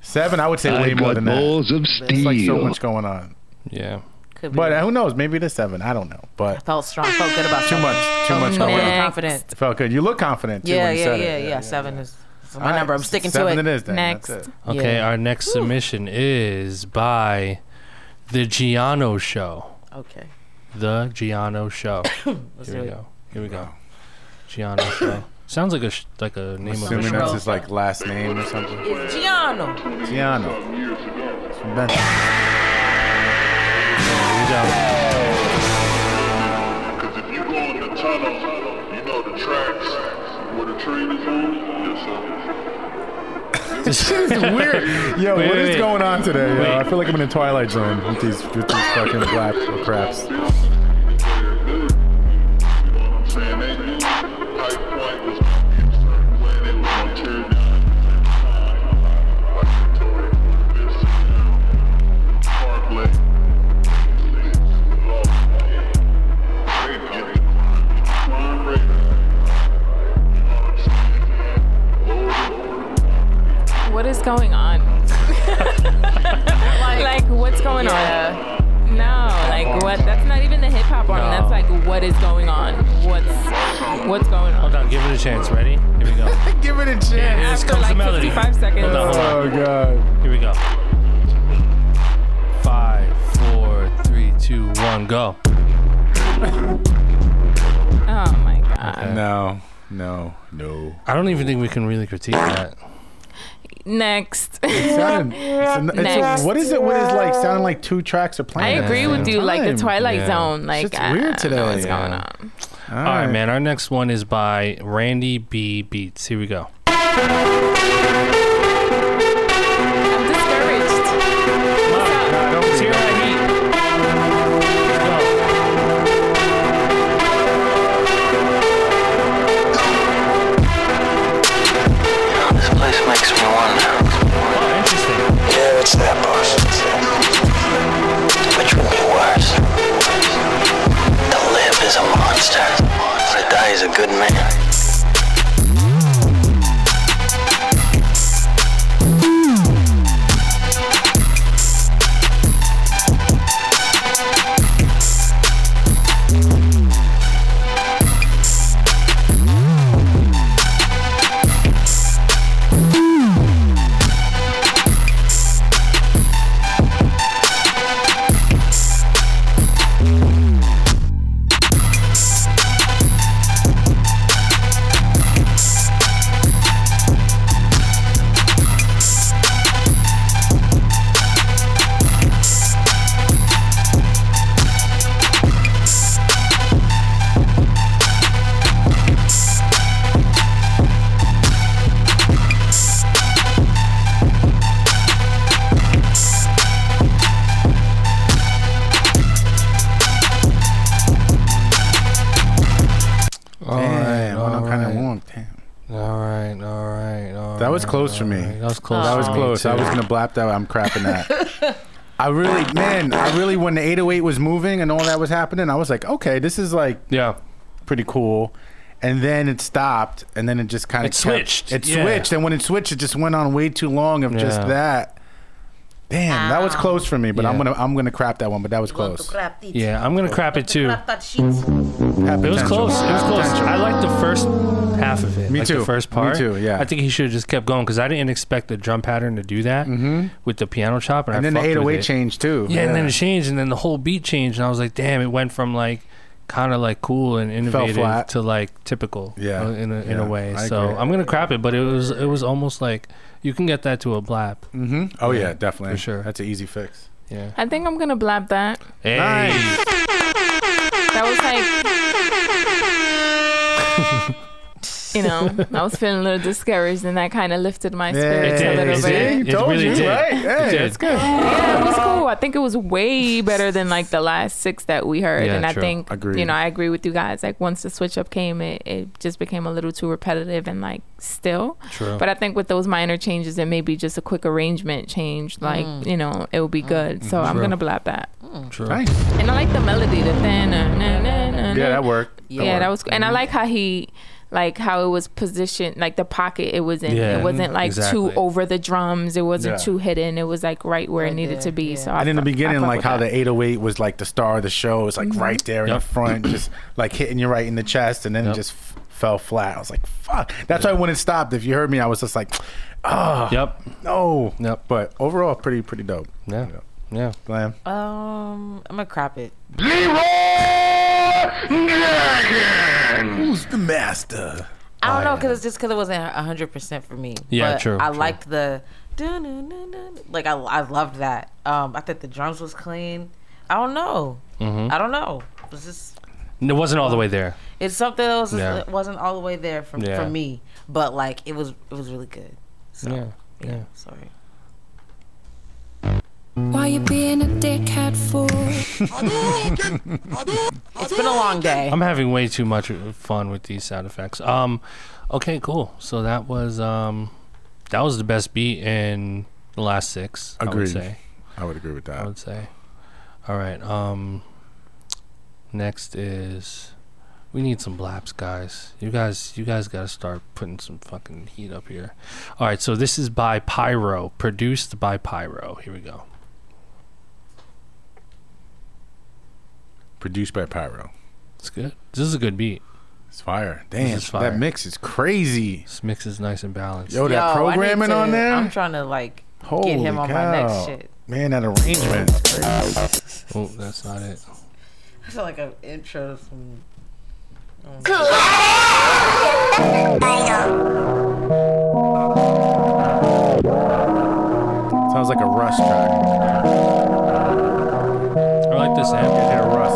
S2: Seven, I would say
S9: I
S2: way more
S9: got
S2: than that.
S9: balls of
S2: It's like so
S9: steel.
S2: much going on.
S1: Yeah.
S3: Could be.
S2: But uh, who knows? Maybe it is seven. I don't know. But
S3: felt strong. Felt good about
S2: too
S3: seven.
S2: much, too much going on.
S3: Confident.
S2: It felt good. You look confident too
S3: Yeah,
S2: when you
S3: yeah, yeah,
S2: said
S3: yeah,
S2: it.
S3: Seven is is
S2: All
S3: my
S2: right,
S3: number. I'm sticking
S2: seven
S3: to it.
S2: it is then. That's
S4: Next.
S2: it.
S1: Okay,
S3: Yeah.
S1: our next submission is by the Giano Show.
S3: Okay.
S1: The
S2: [COUGHS]
S1: Giano Show. Here we
S3: do it.
S1: go. Here we go. Giano
S2: [COUGHS]
S1: Show. Sounds like a sh- like a
S2: I'm
S1: name of a
S2: assuming
S1: show.
S2: that's his like last name or something.
S3: It's Giano.
S2: Giano. It's from Benson.
S1: Here we go.
S10: Cause if you go in the tunnel, you know the tracks where the train is on. Yes, sir.
S2: This is weird. Yo,
S1: Wait,
S2: what is
S1: wait.
S2: going on today? yo?
S1: Wait.
S2: I feel like I'm in a twilight zone with these, with these fucking black craps.
S4: What is
S1: [LAUGHS]
S4: going on? like, what's going on? No, like what? That's not even the hip hop arm.
S1: No.
S4: That's like what is going on? What's what's going on?
S1: Hold on, give it a chance. Ready? Here
S2: [LAUGHS]
S1: we go.
S2: Give it a chance.
S1: Here
S4: After
S1: comes the
S4: like
S1: melody.
S4: 55 seconds.
S1: Hold on, hold on.
S2: Oh god.
S1: Here we go. Five, four, three, two, one, go.
S4: Oh my god.
S2: No, no, no.
S1: I don't even think we can really critique that.
S4: Next. [LAUGHS]
S2: It sounded- it's a- it's a-
S4: Next.
S2: what is it? What is like sounding like two tracks are
S4: I
S2: playing? at the
S4: agree with
S2: same
S4: you. Like the
S2: time?
S4: Twilight
S1: Yeah.
S4: Zone. Like
S2: Shit's
S4: I- I
S2: weird
S4: don't know
S2: today,
S4: What's
S2: yeah.
S4: going on?
S1: All right, man. Our next one is by Randy B Beats. Here we go.
S4: I'm discouraged.
S1: Let's hear that heat. Go.
S9: This place makes me wonder.
S1: Oh, interesting.
S9: Yeah, it's that boss. Which would be worse? To live is a monster, or to die is a good man.
S1: All
S2: Damn,
S1: right,
S2: I'm
S1: all
S2: kind of
S1: right.
S2: warm. Damn.
S1: All right, all right, all
S2: That was
S1: right,
S2: close
S1: all
S2: for me.
S1: right. That was close.
S2: That
S1: for
S2: was
S1: me,
S2: close. I
S1: too.
S2: was gonna blap that. I'm crapping that. I really, man, I really when the 808 was moving and all that was happening, I was like, okay, this is like
S1: Yeah.
S2: pretty cool. And then it stopped, and then it just kind of
S1: It switched,
S2: It
S1: yeah.
S2: switched, and when it switched, it just went on way too long of just
S1: Yeah.
S2: that. Damn, that was close for me, but I'm
S1: Yeah.
S2: gonna I'm gonna crap that one, but that was
S3: Want to
S2: close.
S3: grab it.
S1: Yeah, I'm gonna crap it too.
S3: Grab that shit. Um,
S2: Had
S1: It was
S2: potential.
S1: close. It was
S2: Had
S1: close.
S2: potential.
S1: I liked the first half of it.
S2: Me
S1: like
S2: too.
S1: The first
S2: Me
S1: part.
S2: too, yeah.
S1: I think he should have just kept going because I didn't expect the drum pattern to do that with the piano chop, and,
S2: Mm-hmm. And
S1: I
S2: then the
S1: fucked with
S2: 808
S1: it.
S2: changed too.
S1: Yeah, and then it changed, and then the whole beat changed, and I was like, damn, it went from like kind of like cool and innovative
S2: flat.
S1: to like typical.
S2: Yeah,
S1: uh, in a, in
S2: yeah,
S1: a way.
S2: I
S1: so
S2: agree.
S1: I'm gonna crap it, but it was it was almost like you can get that to a blap.
S2: hmm Oh yeah, definitely.
S1: for sure.
S2: That's an easy fix.
S1: Yeah.
S4: I think I'm gonna blab that.
S1: Hey.
S4: That was like. you know, I was feeling a little discouraged, and that kind of lifted my spirits
S1: did,
S4: a little
S1: it
S4: bit.
S1: did. It really did.
S2: Right?
S1: It
S2: Hey,
S1: did.
S2: That's good.
S4: Yeah, it was cool. I think it was way better than like the last six that we heard.
S1: Yeah,
S4: and I
S1: true.
S4: think
S2: Agreed.
S4: you know, I agree with you guys. Like once the switch up came it, it just became a little too repetitive and like still.
S1: True.
S4: But I think with those minor changes and maybe just a quick arrangement change, like, you know, it will be good. So I'm
S1: Mm-hmm. True.
S4: gonna blab that.
S1: True.
S2: Nice.
S4: And I like the melody, the thin.
S2: Yeah, that worked.
S4: Yeah, that was and I like how he like how it was positioned, like the pocket it was in.
S2: Yeah,
S4: it wasn't like
S2: exactly.
S4: too over the drums. It wasn't
S2: Yeah.
S4: too hidden. It was like right where it needed to be. So I
S2: and in the
S4: fuck- I
S2: beginning,
S4: fuck
S2: like
S4: with
S2: how
S4: that.
S2: the 808 was like the star of the show. It was like right there in
S1: Mm-hmm. Yep.
S2: the front, just like hitting you right in the chest, and then it just f- fell flat. I was like, "Fuck!" That's why when it stopped, if you heard me, I was just like, "Ah,
S1: yep,
S2: no, yep." But overall, pretty, pretty dope.
S1: Yeah, yeah.
S2: Glam.
S3: Um, I'm gonna crop it.
S2: Who's the master?
S3: I don't know because it's just because it wasn't hundred percent for me.
S1: Yeah,
S3: but
S1: true,
S3: I
S1: true.
S3: liked the dun-dun-dun-dun. like I I loved that. Um, I thought the drums was clean. I don't know.
S1: Mhm.
S3: I don't know. It was just
S1: It wasn't all the way there.
S3: it's something that was
S1: Yeah.
S3: it wasn't all the way there for
S1: Yeah.
S3: for me, but like it was it was really good. So,
S1: Yeah, yeah.
S3: Sorry.
S5: Why you being a dickhead for?
S3: It's been a long day.
S1: I'm having way too much fun with these sound effects. Um, okay, cool. So that was um, that was the best beat in the last six. I would
S2: Agreed.
S1: say.
S2: I would agree with that.
S1: I would say. All right. Um. Next is, we need some blaps, guys. You guys, you guys got to start putting some fucking heat up here. All right. So this is by Pyro, produced by Pyro. Here we go.
S2: Produced by Pyro.
S1: It's good. This is a good beat.
S2: It's fire.
S1: This
S2: Damn,
S1: is fire.
S2: that mix is crazy.
S1: This mix is nice and balanced.
S2: Yo, that
S3: Yo, I need
S2: programming
S3: to-
S2: on there.
S3: I'm trying to like
S2: Holy
S3: get him on
S2: cow.
S3: my next shit.
S2: Man, that arrangement.
S1: Oh, that's not it.
S3: I feel like an intro. to Some,
S2: Sounds like a Rush track.
S1: I like this amp.
S2: Yeah, Russ.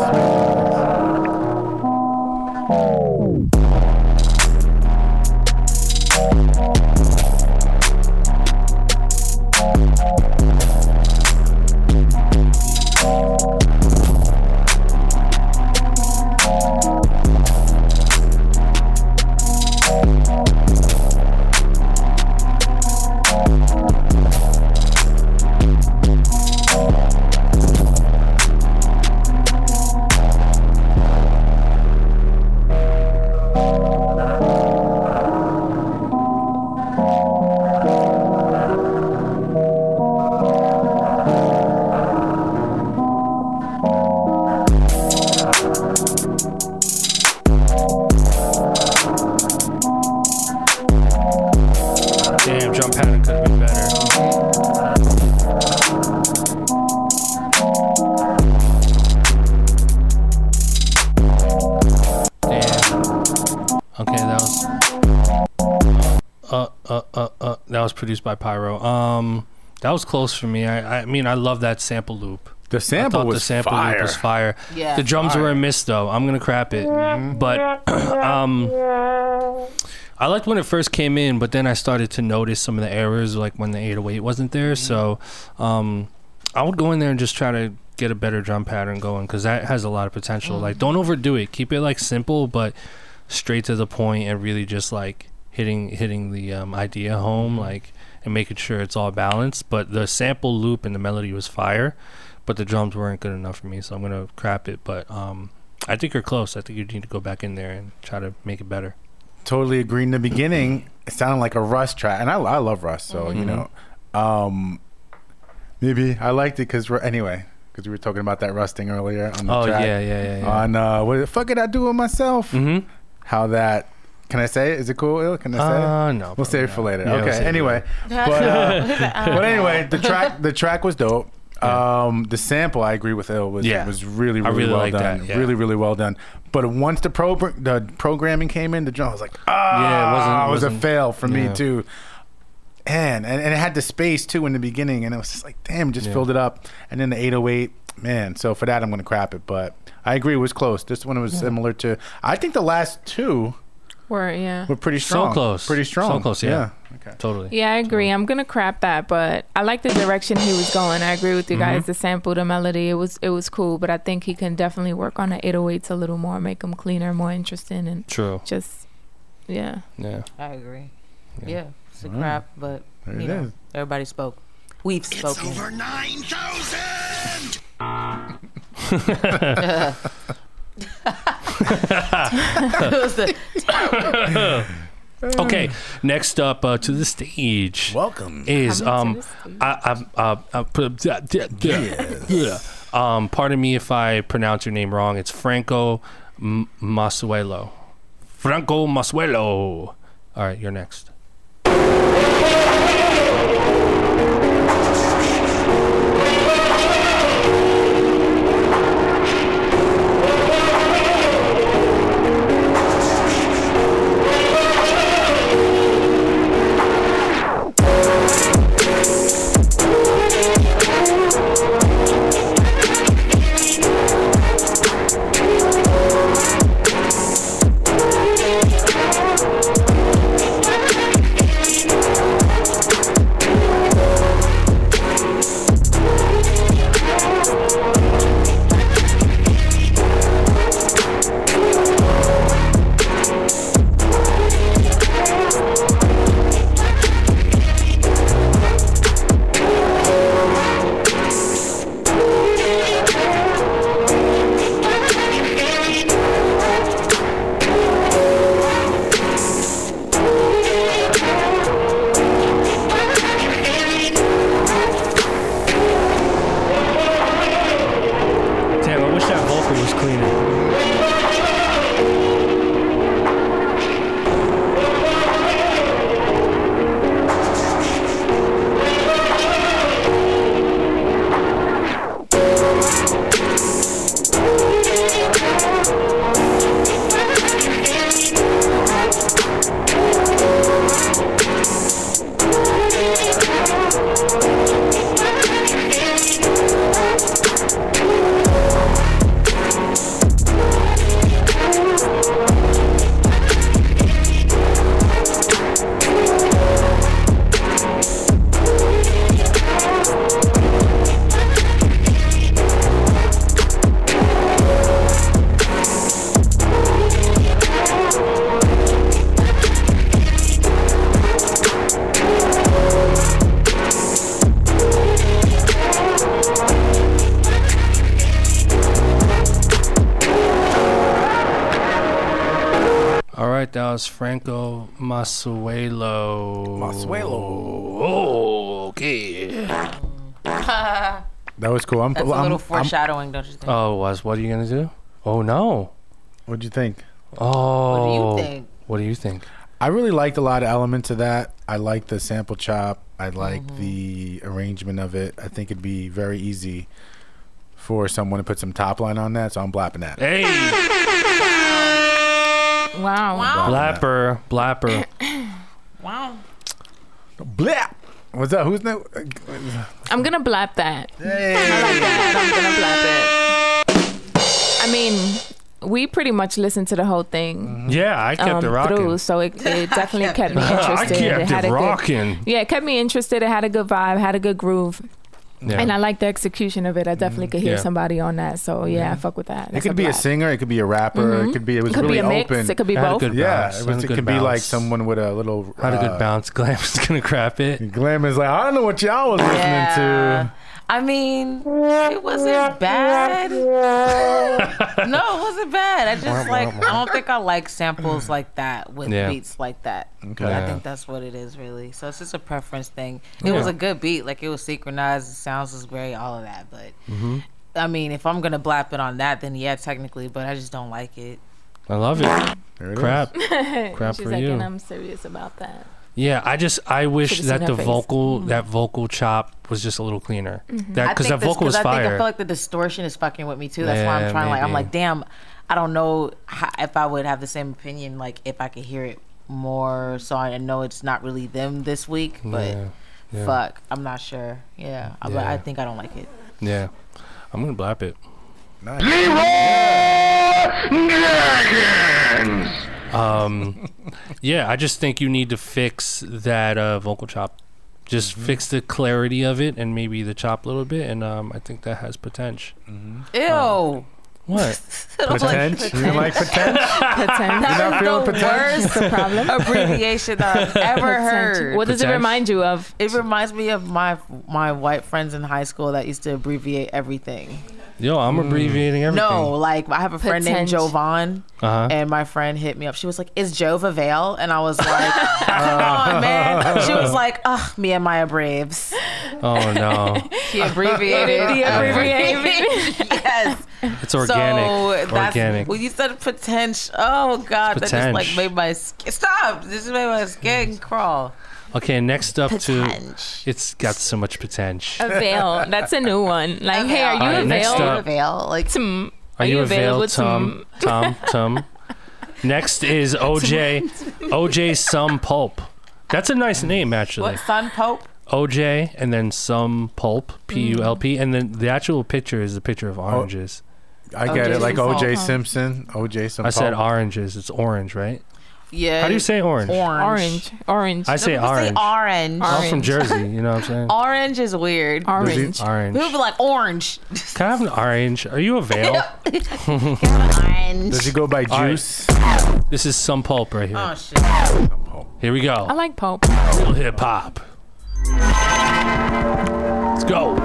S1: Damn, drum pattern could have been better. Damn. Okay, that was. Uh, uh, uh, uh, that was produced by Pyro. Um, that was close for me. I, I mean, I love that sample loop.
S2: The
S1: I
S2: sample
S1: thought
S2: was
S1: the sample
S2: fire.
S1: loop was fire.
S3: Yeah.
S1: the drums were a miss though. I'm gonna crap it. But um, I liked when it first came in, but then I started to notice some of the errors, like when the 808 wasn't there. So um, I would go in there and just try to get a better drum pattern going because that has a lot of potential. Like, don't overdo it. Keep it like simple, but straight to the point, and really just like hitting hitting the um, idea home, like and making sure it's all balanced. But the sample loop and the melody was fire, but the drums weren't good enough for me, so I'm gonna crap it. But um, I think you're close. I think you need to go back in there and try to make it better.
S2: totally agree in the beginning. It sounded like a Russ track, and I, I love Russ, so
S1: Mm-hmm.
S2: you know, um, maybe I liked it because anyway, because we were talking about that Russ thing earlier on the
S1: Oh,
S2: track.
S1: yeah, yeah, yeah, yeah.
S2: On uh, what the fuck did I do with myself?
S1: Mm-hmm.
S2: How that? Can I say? it? Is it cool? Ill? Can I say?
S1: Uh,
S2: it?
S1: no,
S2: We'll save it for later.
S1: Yeah, we'll
S2: okay.
S1: save it
S2: anyway, but uh, but anyway, the track the track was dope. Um, the sample I agree with Ill was
S1: Yeah.
S2: was really
S1: I
S2: really,
S1: really
S2: well
S1: like that,
S2: done.
S1: yeah.
S2: Really really well done. But once the pro the programming came in, the drum I was like ah,
S1: Yeah, it wasn't-
S2: it was a
S1: wasn't-
S2: fail for
S1: yeah.
S2: me too. And, and and it had the space too in the beginning, and it was just like damn, just
S1: Yeah.
S2: filled it up. And then the 808, man. So for that, I'm gonna crap it. But I agree, it was close. This one was similar to. I think the last two
S4: Were yeah.
S2: were pretty
S1: So
S2: strong.
S1: close.
S2: Pretty strong.
S1: So close. Yeah.
S2: Okay.
S1: Totally.
S4: Yeah, I agree. I'm gonna crap that, but I like the direction he was going. I agree with you guys.
S2: Mm-hmm.
S4: The sample, the melody, it was it was cool, but I think he can definitely work on the 808s a little more, make them cleaner, more interesting, and
S1: True.
S4: just yeah.
S1: Yeah.
S3: I agree. Yeah, it's a
S2: Alright.
S3: crap, but
S2: There
S3: you
S2: it
S3: know,
S2: is.
S3: everybody spoke. We've spoken.
S7: Over
S2: [LAUGHS]
S3: [LAUGHS]
S7: 9,000!
S3: it was the
S2: Mm.
S1: okay, next up uh, to the stage.
S2: Welcome
S1: is
S2: Coming
S1: um, I I I, I put yeah, yeah, yeah, yeah. Um, pardon me if I pronounce your name wrong. It's Franco M- Masuelo. Franco Masuelo. All right, you're next. Damn, I wish that vocal was cleaner. All right, that was Franco Masuelo.
S2: Masuelo.
S1: Oh, okay.
S2: That was cool. I'm,
S3: That's a
S2: I'm- I'm-
S3: little foreshadowing, don't you think?
S1: Oh, was what are you gonna do? Oh no.
S2: What'd you think?
S1: Oh.
S3: think?
S1: What do you think?
S2: I really liked a lot of elements of that. I like the sample chop. I like the arrangement of it. I think it'd be very easy for someone to put some top line on that. So I'm blapping that.
S1: Hey,
S4: Wow.
S1: blapper, blapper.
S3: Wow.
S2: Blap. What's up? Who's that?
S4: I'm gonna blap that. I like that. I'm gonna blap it. I mean, we pretty much listened to the whole thing.
S1: [COUGHS] Yeah, I Mm-hmm.
S4: Um,
S1: kept it rocking.
S4: through, so it, it definitely kept me
S1: I
S4: interested.
S1: kept
S4: had
S1: it
S4: a good-
S1: rocking.
S4: yeah, it kept me interested. It had a good vibe, had a good groove,
S1: Yeah.
S4: and I like the execution of it. I definitely could hear
S2: Yeah.
S4: somebody on that. So yeah, I fuck with that.
S2: It
S4: That's
S2: could be a
S4: blap.
S2: singer. It could be a rapper. It
S4: Mhm.
S2: could be. It was
S4: Could be
S2: really
S4: a mix,
S2: open.
S4: it could be Had a both. good
S2: yeah,
S1: bounce,
S2: it,
S1: had
S2: was,
S1: a
S2: it
S1: good
S2: could be like
S1: bounce.
S2: someone with a little.
S1: Had a
S2: uh,
S1: good bounce. [LAUGHS] Glam's gonna crap it.
S2: Glam is like I don't know what y'all was listening to.
S3: I mean, it wasn't
S1: [LAUGHS]
S3: bad. no, it wasn't bad. I just like I don't think I like samples like that with
S1: Yeah.
S3: beats like that.
S1: Okay.
S3: I
S1: Yeah.
S3: think that's what it is really. So it's just a preference thing. It was
S1: Yeah.
S3: a good beat, like it was synchronized, the sounds was great, all of that. But
S1: Mm-hmm.
S3: I mean, if I'm gonna blap it on that, then yeah, technically. But I just don't like it.
S1: I love it.
S2: There it
S1: crap. Crap
S4: She's
S1: for
S4: like,
S1: you.
S4: and I'm serious about that.
S1: Yeah, I just I wish
S4: Should've seen
S1: that
S4: her
S1: the
S4: face.
S1: vocal that vocal chop was just a little cleaner. That
S3: I
S1: because
S3: think
S1: that
S3: this-
S1: vocal was
S3: 'cause I
S1: fire.
S3: think I feel like the distortion is fucking with me too. That's why
S1: Yeah,
S3: I'm trying. Like I'm
S1: maybe.
S3: like, damn, I don't know how, if I would have the same opinion. Like if I could hear it more, so I know it's not really them this week. But
S1: Yeah, yeah.
S3: fuck, I'm not sure. Yeah, I- but I
S1: Yeah.
S3: think I don't like it.
S1: yeah, I'm gonna blap it. Um, yeah, I just think you need to fix that uh, vocal chop. Just fix the clarity of it and maybe the chop a little bit, and um, I think that has potential.
S3: Ew. Um,
S1: What?
S3: I don't like
S1: [LAUGHS]
S2: Potential? You like potential?
S4: Potential.
S3: That
S2: You're not
S3: is
S2: feeling
S3: the
S2: potential?
S3: worst
S4: [LAUGHS]
S3: [LAUGHS]
S4: The problem.
S3: abbreviation [LAUGHS] I've ever heard.
S4: What does it
S1: Potential.
S4: remind you of?
S3: It reminds me of my my white friends in high school that used to abbreviate everything.
S1: Yo, I'm abbreviating everything.
S3: No, like I have a friend named
S1: Potent-
S3: Jovan,
S1: Uh-huh.
S3: and my friend hit me up. She was like, "Is Jova Vale?" And I was like, "Come on, man." She
S1: [LAUGHS]
S3: was like, "Ugh, me and my abbreves."
S1: Oh no,
S3: [LAUGHS] He abbreviated.
S4: He
S3: abbreviated. yes.
S1: it's organic.
S3: [LAUGHS] So that's
S1: organic.
S3: when you said potential. Oh God, that just like
S1: Potential.
S3: made my skin stop. This just made my skin crawl.
S1: Okay, next up to it's got so much potential.
S4: A veil. That's a new one. Like, hey, are you
S1: All right,
S4: a
S1: next
S4: veil?
S1: up.
S3: Like,
S4: some,
S1: Are you available,
S4: some-
S1: Tom? [LAUGHS] Tom, Tom. Next is OJ, OJ Some Pulp. That's a nice name actually.
S3: What Sun Pope?
S1: OJ and then Some Pulp, P U L P, and then the actual picture is the picture of oranges.
S3: Oh,
S2: I get it, like O.J.
S3: Simpson.
S2: Simpson, O.J. Simpson.
S1: I said oranges. It's orange, right?
S3: Yeah.
S1: How do you say orange?
S3: Orange.
S4: Orange.
S1: I say
S3: People say
S1: orange.
S3: orange.
S1: I'm from Jersey. You know what I'm saying?
S3: Orange is weird.
S1: Orange. Orange.
S3: People be like orange.
S1: Can I have an orange? Are you a veil?
S3: orange.
S2: Does he go by
S1: All right.
S2: juice?
S1: This is some pulp right here.
S3: Oh shit.
S1: Here we go.
S4: I like Pope.
S1: Real hip hop. Let's go.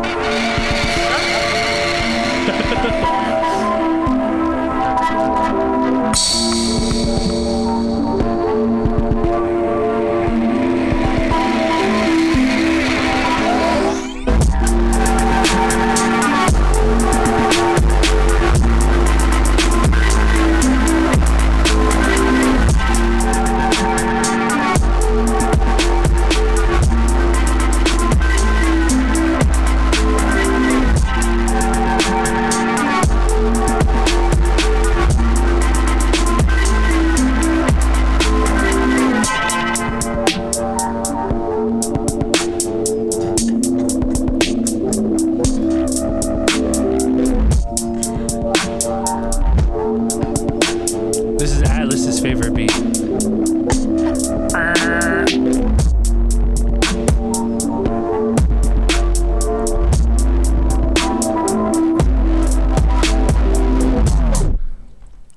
S1: This is Atlas's favorite beat.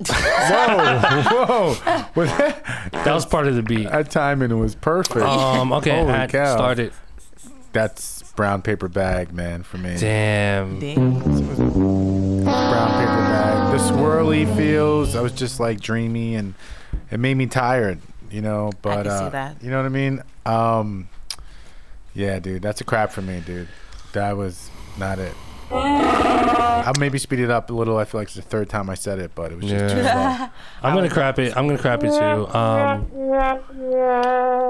S2: Whoa, [LAUGHS] whoa! Was that,
S1: That was part of the
S2: [LAUGHS]
S1: beat.
S2: that timing was perfect.
S1: Um, okay,
S2: Holy
S1: at
S2: cow.
S1: start it.
S2: That's brown paper bag, man, for me.
S1: Damn.
S3: Dang.
S2: Brown paper bag. The swirly feels. I was just like dreamy, and it made me tired, you know. But
S3: can see
S2: uh,
S3: that.
S2: you know what I mean? Um, yeah, dude, that's a crap for me, dude. That was not it. I'll maybe speed it up a little. I feel like it's the third time I said it, but it was just
S1: [LAUGHS]
S2: too slow.
S1: I'm gonna crap it. I'm gonna crap it too. Um,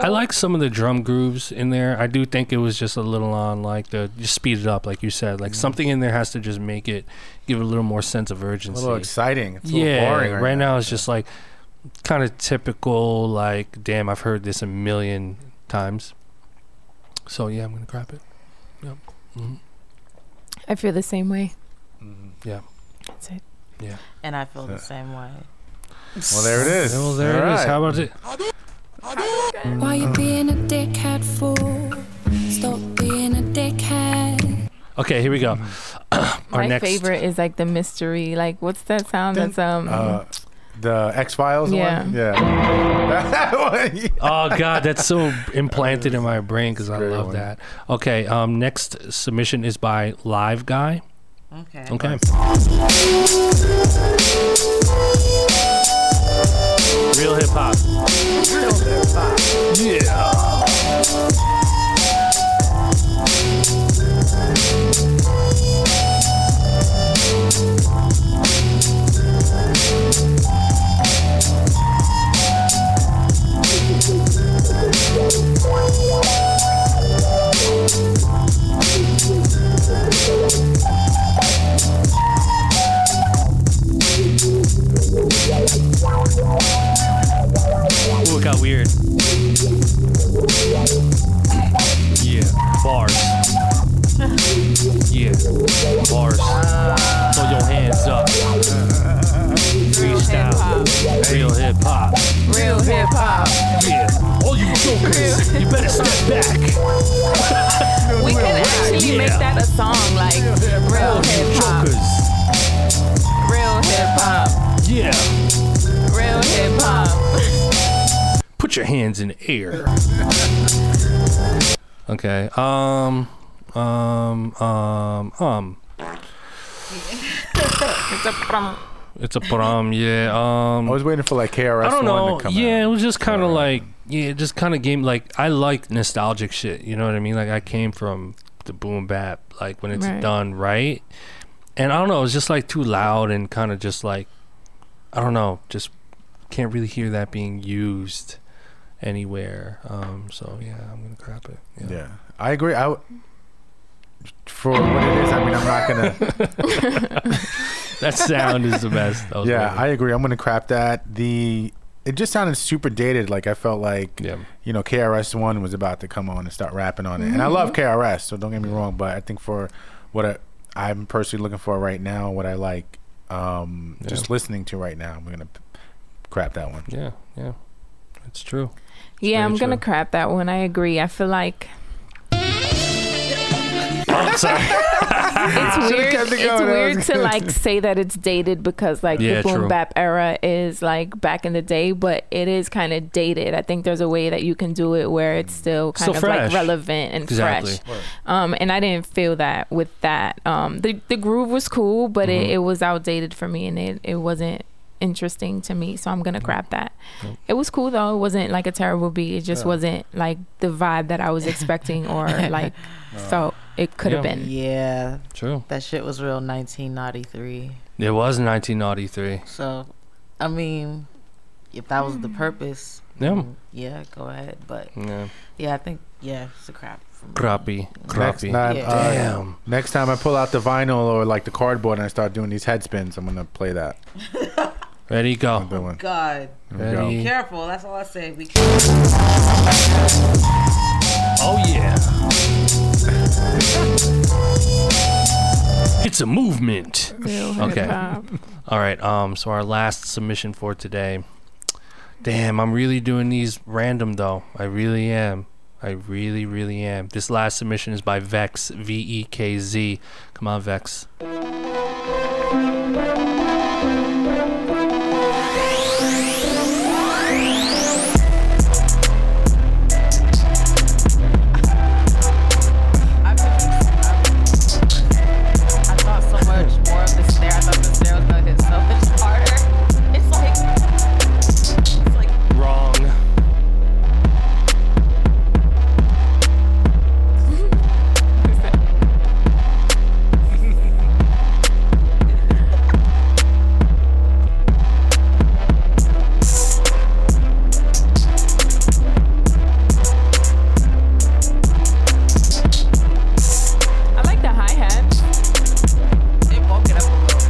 S1: I like some of the drum grooves in there. I do think it was just a little on like the just speed it up, like you said. Like something in there has to just make it give it a little more sense of
S2: A
S1: urgency.
S2: little exciting. It's a little
S1: yeah,
S2: boring
S1: right,
S2: right,
S1: now, it's just like kind of typical. Like, damn, I've heard this a million times. So yeah, I'm gonna crap it.
S4: I feel the same way.
S1: Yeah.
S4: That's it.
S1: Yeah.
S3: And I feel the same way.
S2: Well, there it is.
S1: Well, there
S2: All
S1: it is.
S2: right.
S1: How about it?
S5: Why you being a dickhead fool? Stop being a dickhead.
S1: Okay, here we go. [CLEARS THROAT] Our
S4: My
S1: next
S4: favorite is like the mystery. Like, what's that sound? That's um.
S2: Uh, the X Files
S4: Yeah.
S2: one. Yeah. That one, yeah.
S1: oh god that's
S2: [LAUGHS]
S1: so implanted in my brain because i
S2: Great
S1: love
S2: one.
S1: that okay um next submission is by live guy
S3: Okay.
S1: okay real hip-hop yeah Ooh, it got weird yeah bars yeah bars throw your hands up freestyle real hip-hop
S4: Real hip hop.
S1: yeah all you jokers you better step back
S4: We can actually
S1: Yeah.
S4: make that a song. Like real hip hop.
S1: jokers
S4: Real hip hop.
S1: yeah
S4: Real hip hop.
S1: Put your hands in the air. okay. Um. Um. Um. Um.
S4: It's a problem.
S1: It's a prom, yeah.
S2: [LAUGHS]
S1: Um,
S2: I was waiting for like KRS
S1: I don't know.
S2: One to come
S1: Yeah,
S2: out.
S1: it was just kind of like yeah, it just kind of game like I like nostalgic shit. You know what I mean? Like I came from the boom bap, like when it's
S11: Right.
S1: done right, and I don't know. It was just like too loud and kind of just like I don't know. Just can't really hear that being used anywhere. Um, so yeah, I'm gonna crap it. Yeah,
S2: I agree. I w- for what it is, I mean, I'm not [LAUGHS] gonna.
S1: that sound is the best. I was
S2: yeah,
S1: waiting.
S2: I agree. I'm gonna crap that. The it just sounded super dated. Like I felt like you know KRS One was about to come on and start rapping on it, and I love
S11: Mhm.
S2: KRS. So don't get me wrong, but I think for what I, I'm personally looking for right now, what I like, um, just listening to right now, I'm gonna p- crap that one.
S1: Yeah, yeah,
S2: [LAUGHS]
S1: it's true.
S4: Yeah,
S2: very
S4: I'm gonna
S2: true.
S4: crap that one. I agree. I feel like
S1: I'm sorry.
S4: it's
S7: Should've
S4: weird.
S7: kept it
S4: It's
S7: going. That
S4: weird
S7: was
S4: to
S7: good.
S4: like say that it's dated because like
S1: Yeah,
S4: the boom
S1: true.
S4: bap era is like back in the day, but it is kind of dated. I think there's a way that you can do it where it's still kind
S1: Still
S4: of
S1: fresh.
S4: like relevant and
S1: Exactly.
S4: fresh. Um, and I didn't feel that with that. Um, the the groove was cool, but
S1: Mm-hmm.
S4: it, it was outdated for me, and it it wasn't interesting to me. So I'm gonna
S1: Mm-hmm.
S4: grab that. It was cool though. It wasn't like a terrible beat. It just
S3: Yeah.
S4: wasn't like the vibe that I was
S1: [LAUGHS]
S4: expecting or like
S1: Uh.
S4: so it could have been.
S3: Yeah.
S1: True.
S3: That shit was real 1993.
S1: It was 1993.
S3: So, I mean, if that was the purpose,
S1: Yeah.
S3: mm, yeah, go ahead. But
S1: Yeah.
S3: yeah, I think yeah, it's a crap. for me.
S1: Crappy,
S2: Next
S1: crappy.
S2: time, uh,
S1: Damn.
S2: Next time I pull out the vinyl or like the cardboard and I start doing these head spins, I'm gonna play that.
S1: Ready, go.
S2: Good one.
S3: God.
S2: There we
S3: Be
S2: go.
S3: careful. That's all I say. Be careful.
S1: Oh yeah. It's a movement.
S4: Ew,
S1: okay.
S4: hip-hop.
S1: All right. Um. So our last submission for today. Damn, I'm really doing these random though. I really am. I really, really am. This last submission is by Vex V E K Z. Come on, Vex.
S3: I thought so much more of the snare. I thought the snare was gonna hit so much harder. It's like it's like
S1: Wrong.
S4: I like the hi hat.
S3: it woke it up a little bit.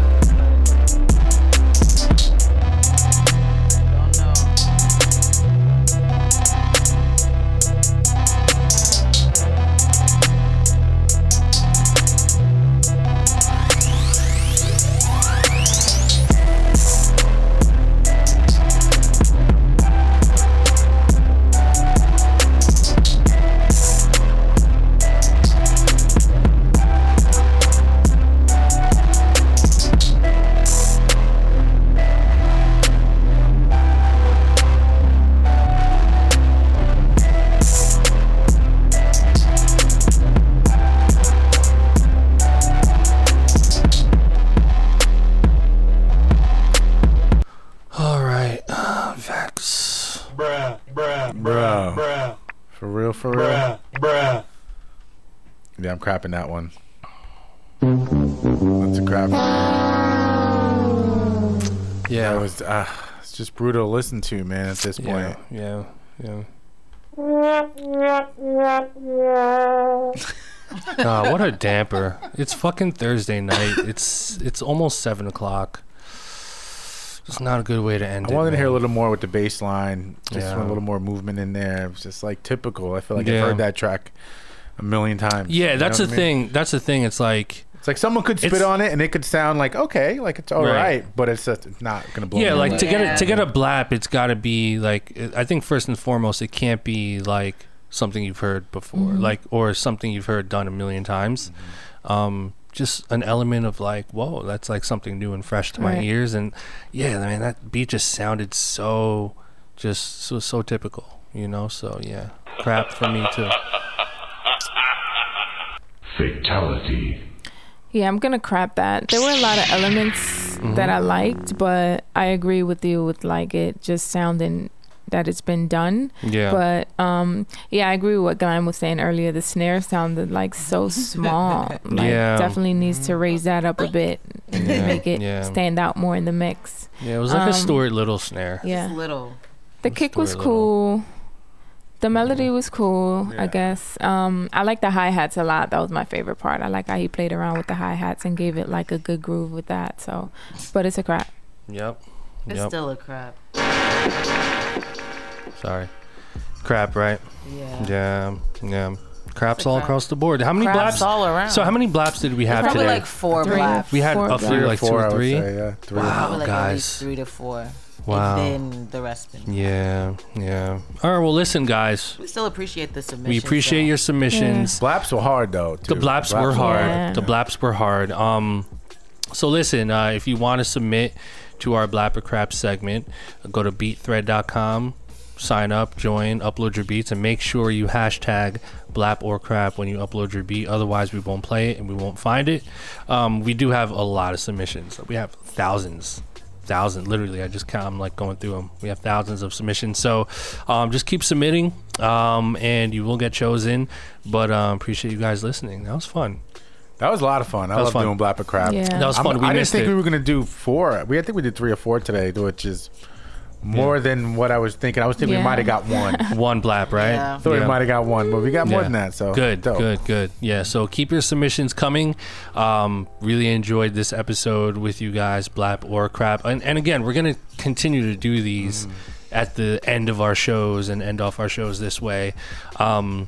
S3: But I don't know.
S1: All right. Vex.
S7: Bruh, bruh, bruh,
S2: Bro.
S7: bruh,
S2: For real, for real.
S7: bruh, bruh.
S2: Yeah, I'm crapping that one. That's a crap.
S1: Yeah,
S2: that was. Uh, it's just brutal to listen to, man. At this point,
S1: Yeah. Yeah. Ah, what a damper! It's fucking Thursday night. It's it's almost seven o'clock. It's not a good way to end
S2: I
S1: it.
S2: wanted to
S1: man.
S2: hear a little more with the bass line. Just
S1: Yeah.
S2: want a little more movement in there. It's just like typical. I feel like
S1: Yeah.
S2: I've heard that track a million times.
S1: Yeah,
S2: You
S1: that's
S2: know
S1: the
S2: what I mean?
S1: thing. That's the thing. It's like
S2: It's like someone could spit
S1: It's-
S2: on it and it could sound like okay, like it's all
S1: Right.
S2: right, but it's just it's not gonna blow.
S1: yeah,
S2: me
S1: like
S2: away.
S1: to get a, to get a blap, it's got to be like I think first and foremost, it can't be like something you've heard before,
S11: Mhm.
S1: like or something you've heard done a million times. Um, just an element of like, whoa, that's like something new and fresh to my
S11: Right.
S1: ears, and yeah, I mean that beat just sounded so just so so typical, you know. So yeah, crap for me too.
S12: Fatality.
S4: Yeah, I'm gonna crap that. There were a lot of elements
S1: Mm-hmm.
S4: that I liked, but I agree with you with like it just sounding that it's been done.
S1: Yeah.
S4: But um, yeah, I agree with what Glenn was saying earlier. The snare sounded like [LAUGHS] so small. Like,
S1: Yeah.
S4: Definitely needs to raise that up a bit and
S1: Yeah,
S4: make it
S1: yeah.
S4: stand out more in the mix.
S1: Yeah, it was like a
S4: Um,
S1: stored little snare.
S4: Yeah.
S3: little.
S4: The kick was
S1: story
S4: cool. The melody was cool, I guess. Um, I like the hi hats a lot. That was my favorite part. I like how he played around with the hi hats and gave it like a good groove with that. So, but it's a crap. [LAUGHS]
S1: Yep.
S3: It's
S1: Yep.
S3: still a crap.
S1: Sorry. Crap, right?
S3: Yeah.
S1: Yeah. Yeah. Craps
S3: a
S1: all
S3: crap.
S1: across the board. How many
S3: Craps
S1: blaps?
S3: all around.
S1: So how many blaps did we have
S3: Probably
S1: today?
S3: like four
S4: Three.
S3: blaps.
S1: we had
S4: four
S1: a
S4: blaps.
S1: few, like two
S2: Three or
S1: or
S2: four, I would
S1: three.
S2: say, yeah, three or
S1: wow,
S3: Probably like at least
S1: guys.
S3: three to four.
S1: Wow.
S3: And then the rest. Of them.
S1: Yeah. Yeah. All right. Well, listen, guys.
S3: We still appreciate the submission.
S1: We
S4: uh,
S1: appreciate your submissions.
S2: Blaps were hard though. too.
S1: The blaps, were hard.
S4: Yeah.
S1: The blaps were hard. Um, so listen, uh, if you want to submit to our blap or crap segment, go to beatthread.com, sign up, join, upload your beats, and make sure you hashtag blap or crap when you upload your beat. Otherwise, we won't play it and we won't find it. Um, we do have a lot of submissions. We have thousands. Thousand, literally, I just count. I'm like going through them. We have thousands of submissions, so um, just keep submitting, um, and you will get chosen. But um, appreciate you guys listening. That was fun.
S2: That was a lot of fun. I
S1: That was
S2: love
S1: fun.
S2: doing Blapper Crap.
S4: Yeah.
S1: That was
S2: I'm-
S1: fun. We
S2: I didn't
S1: missed
S2: think
S1: it.
S2: we were gonna do four. We I think we did three or four today, which is more than what I was thinking. I was thinking
S4: Yeah.
S2: we might have got
S4: [LAUGHS]
S2: one.
S1: One blap, right?
S3: Yeah.
S2: Thought
S1: Yeah.
S2: we might have got one, but we got more
S1: Yeah.
S2: than that. So
S1: good,
S2: dope.
S1: good, good. Yeah. So keep your submissions coming. Um, really enjoyed this episode with you guys, blap or crap. And, and again, we're gonna continue to do
S2: Mm.
S1: these at the end of our shows and end off our shows this way. Um,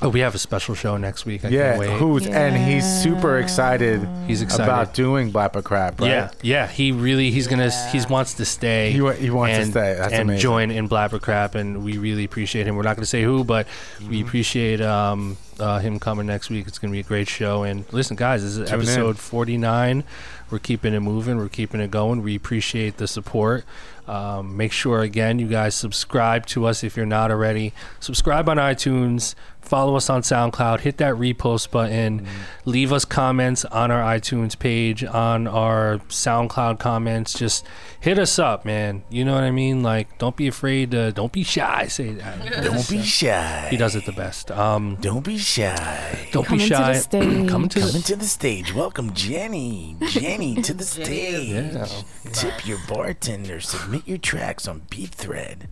S1: oh, we have a special show next week. I
S2: Yeah,
S1: can't wait.
S2: who's and he's super
S4: Yeah.
S2: excited.
S1: He's excited.
S2: about doing Blapper Crap. Right?
S1: Yeah, yeah. He really, he's gonna, he wants to stay.
S2: He wa- he wants to
S1: and-
S2: stay. That's
S1: and
S2: amazing.
S1: join in Blabber Crap, and we really appreciate him. We're not gonna say who, but we appreciate um, uh, him coming next week. It's gonna be a great show. And listen, guys, this is
S2: Tune in.
S1: episode forty nine. We're keeping it moving. We're keeping it going. We appreciate the support. Um, make sure again you guys subscribe to us if you're not already. Subscribe on iTunes. Follow us on SoundCloud. Hit that repost button. Leave us comments on our iTunes page, on our SoundCloud comments. Just hit us up, man. You know what I mean? Like, don't be afraid to, don't be shy. Say that.
S4: [LAUGHS]
S2: Don't be shy.
S1: He does it the best. Um,
S2: Don't be shy.
S1: don't
S4: Come
S1: be
S4: into the
S1: shy. [CLEARS THROAT]
S4: stage.
S1: Come into the
S2: to the stage. Welcome Jenny. Jenny to the stage.
S1: yeah.
S2: Tip your bartender. Submit your tracks on beatthread.com.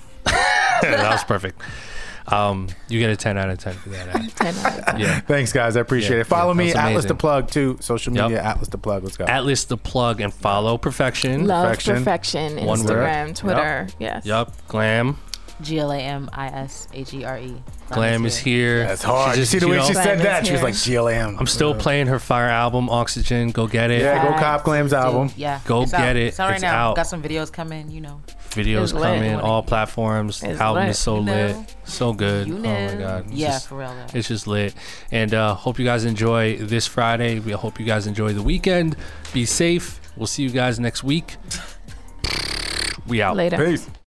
S1: [LAUGHS] that was perfect. Um, you get a ten out of ten
S3: [LAUGHS]
S1: for that. Ad.
S4: 10 out of 10.
S1: Yeah.
S2: Thanks, guys. I appreciate
S1: Yeah,
S2: it. Follow
S1: yeah,
S2: me,
S1: that's
S2: Atlas
S1: amazing.
S2: the Plug, too. Social
S1: Yep.
S2: media, Atlas the Plug. Let's go.
S1: Atlas the plug and follow perfection.
S4: Love
S2: Perfection.
S4: perfection,
S1: One word.
S4: Instagram, Twitter. Yes.
S1: Yup, glam.
S3: G L A M I S H E R E.
S1: Glam is here.
S2: That's hard.
S1: She
S2: You
S1: just-
S2: see the
S1: you
S2: way
S1: know,
S2: she said
S4: Glam
S2: that?
S4: is
S2: She was
S4: here.
S2: like, GLM.
S1: I'm still playing her fire album, Oxygen. Go get it.
S2: Yeah, go cop Glam's album.
S3: Yeah.
S1: Go
S3: it's
S1: get
S3: out.
S1: it.
S3: It's out right
S1: It's
S3: now.
S1: out.
S3: Got some videos coming, you know.
S1: Videos
S4: It's lit.
S1: coming, all platforms.
S4: It's
S1: album
S4: lit.
S1: is so
S3: You know.
S1: lit, so good.
S3: You
S1: Oh my
S3: know.
S1: god. It's
S3: Yeah,
S1: just-
S3: for real though.
S1: It's just lit. And uh, hope you guys enjoy this Friday. We hope you guys enjoy the weekend. Be safe. We'll see you guys next week. [LAUGHS] We out.
S4: Later.
S2: Peace.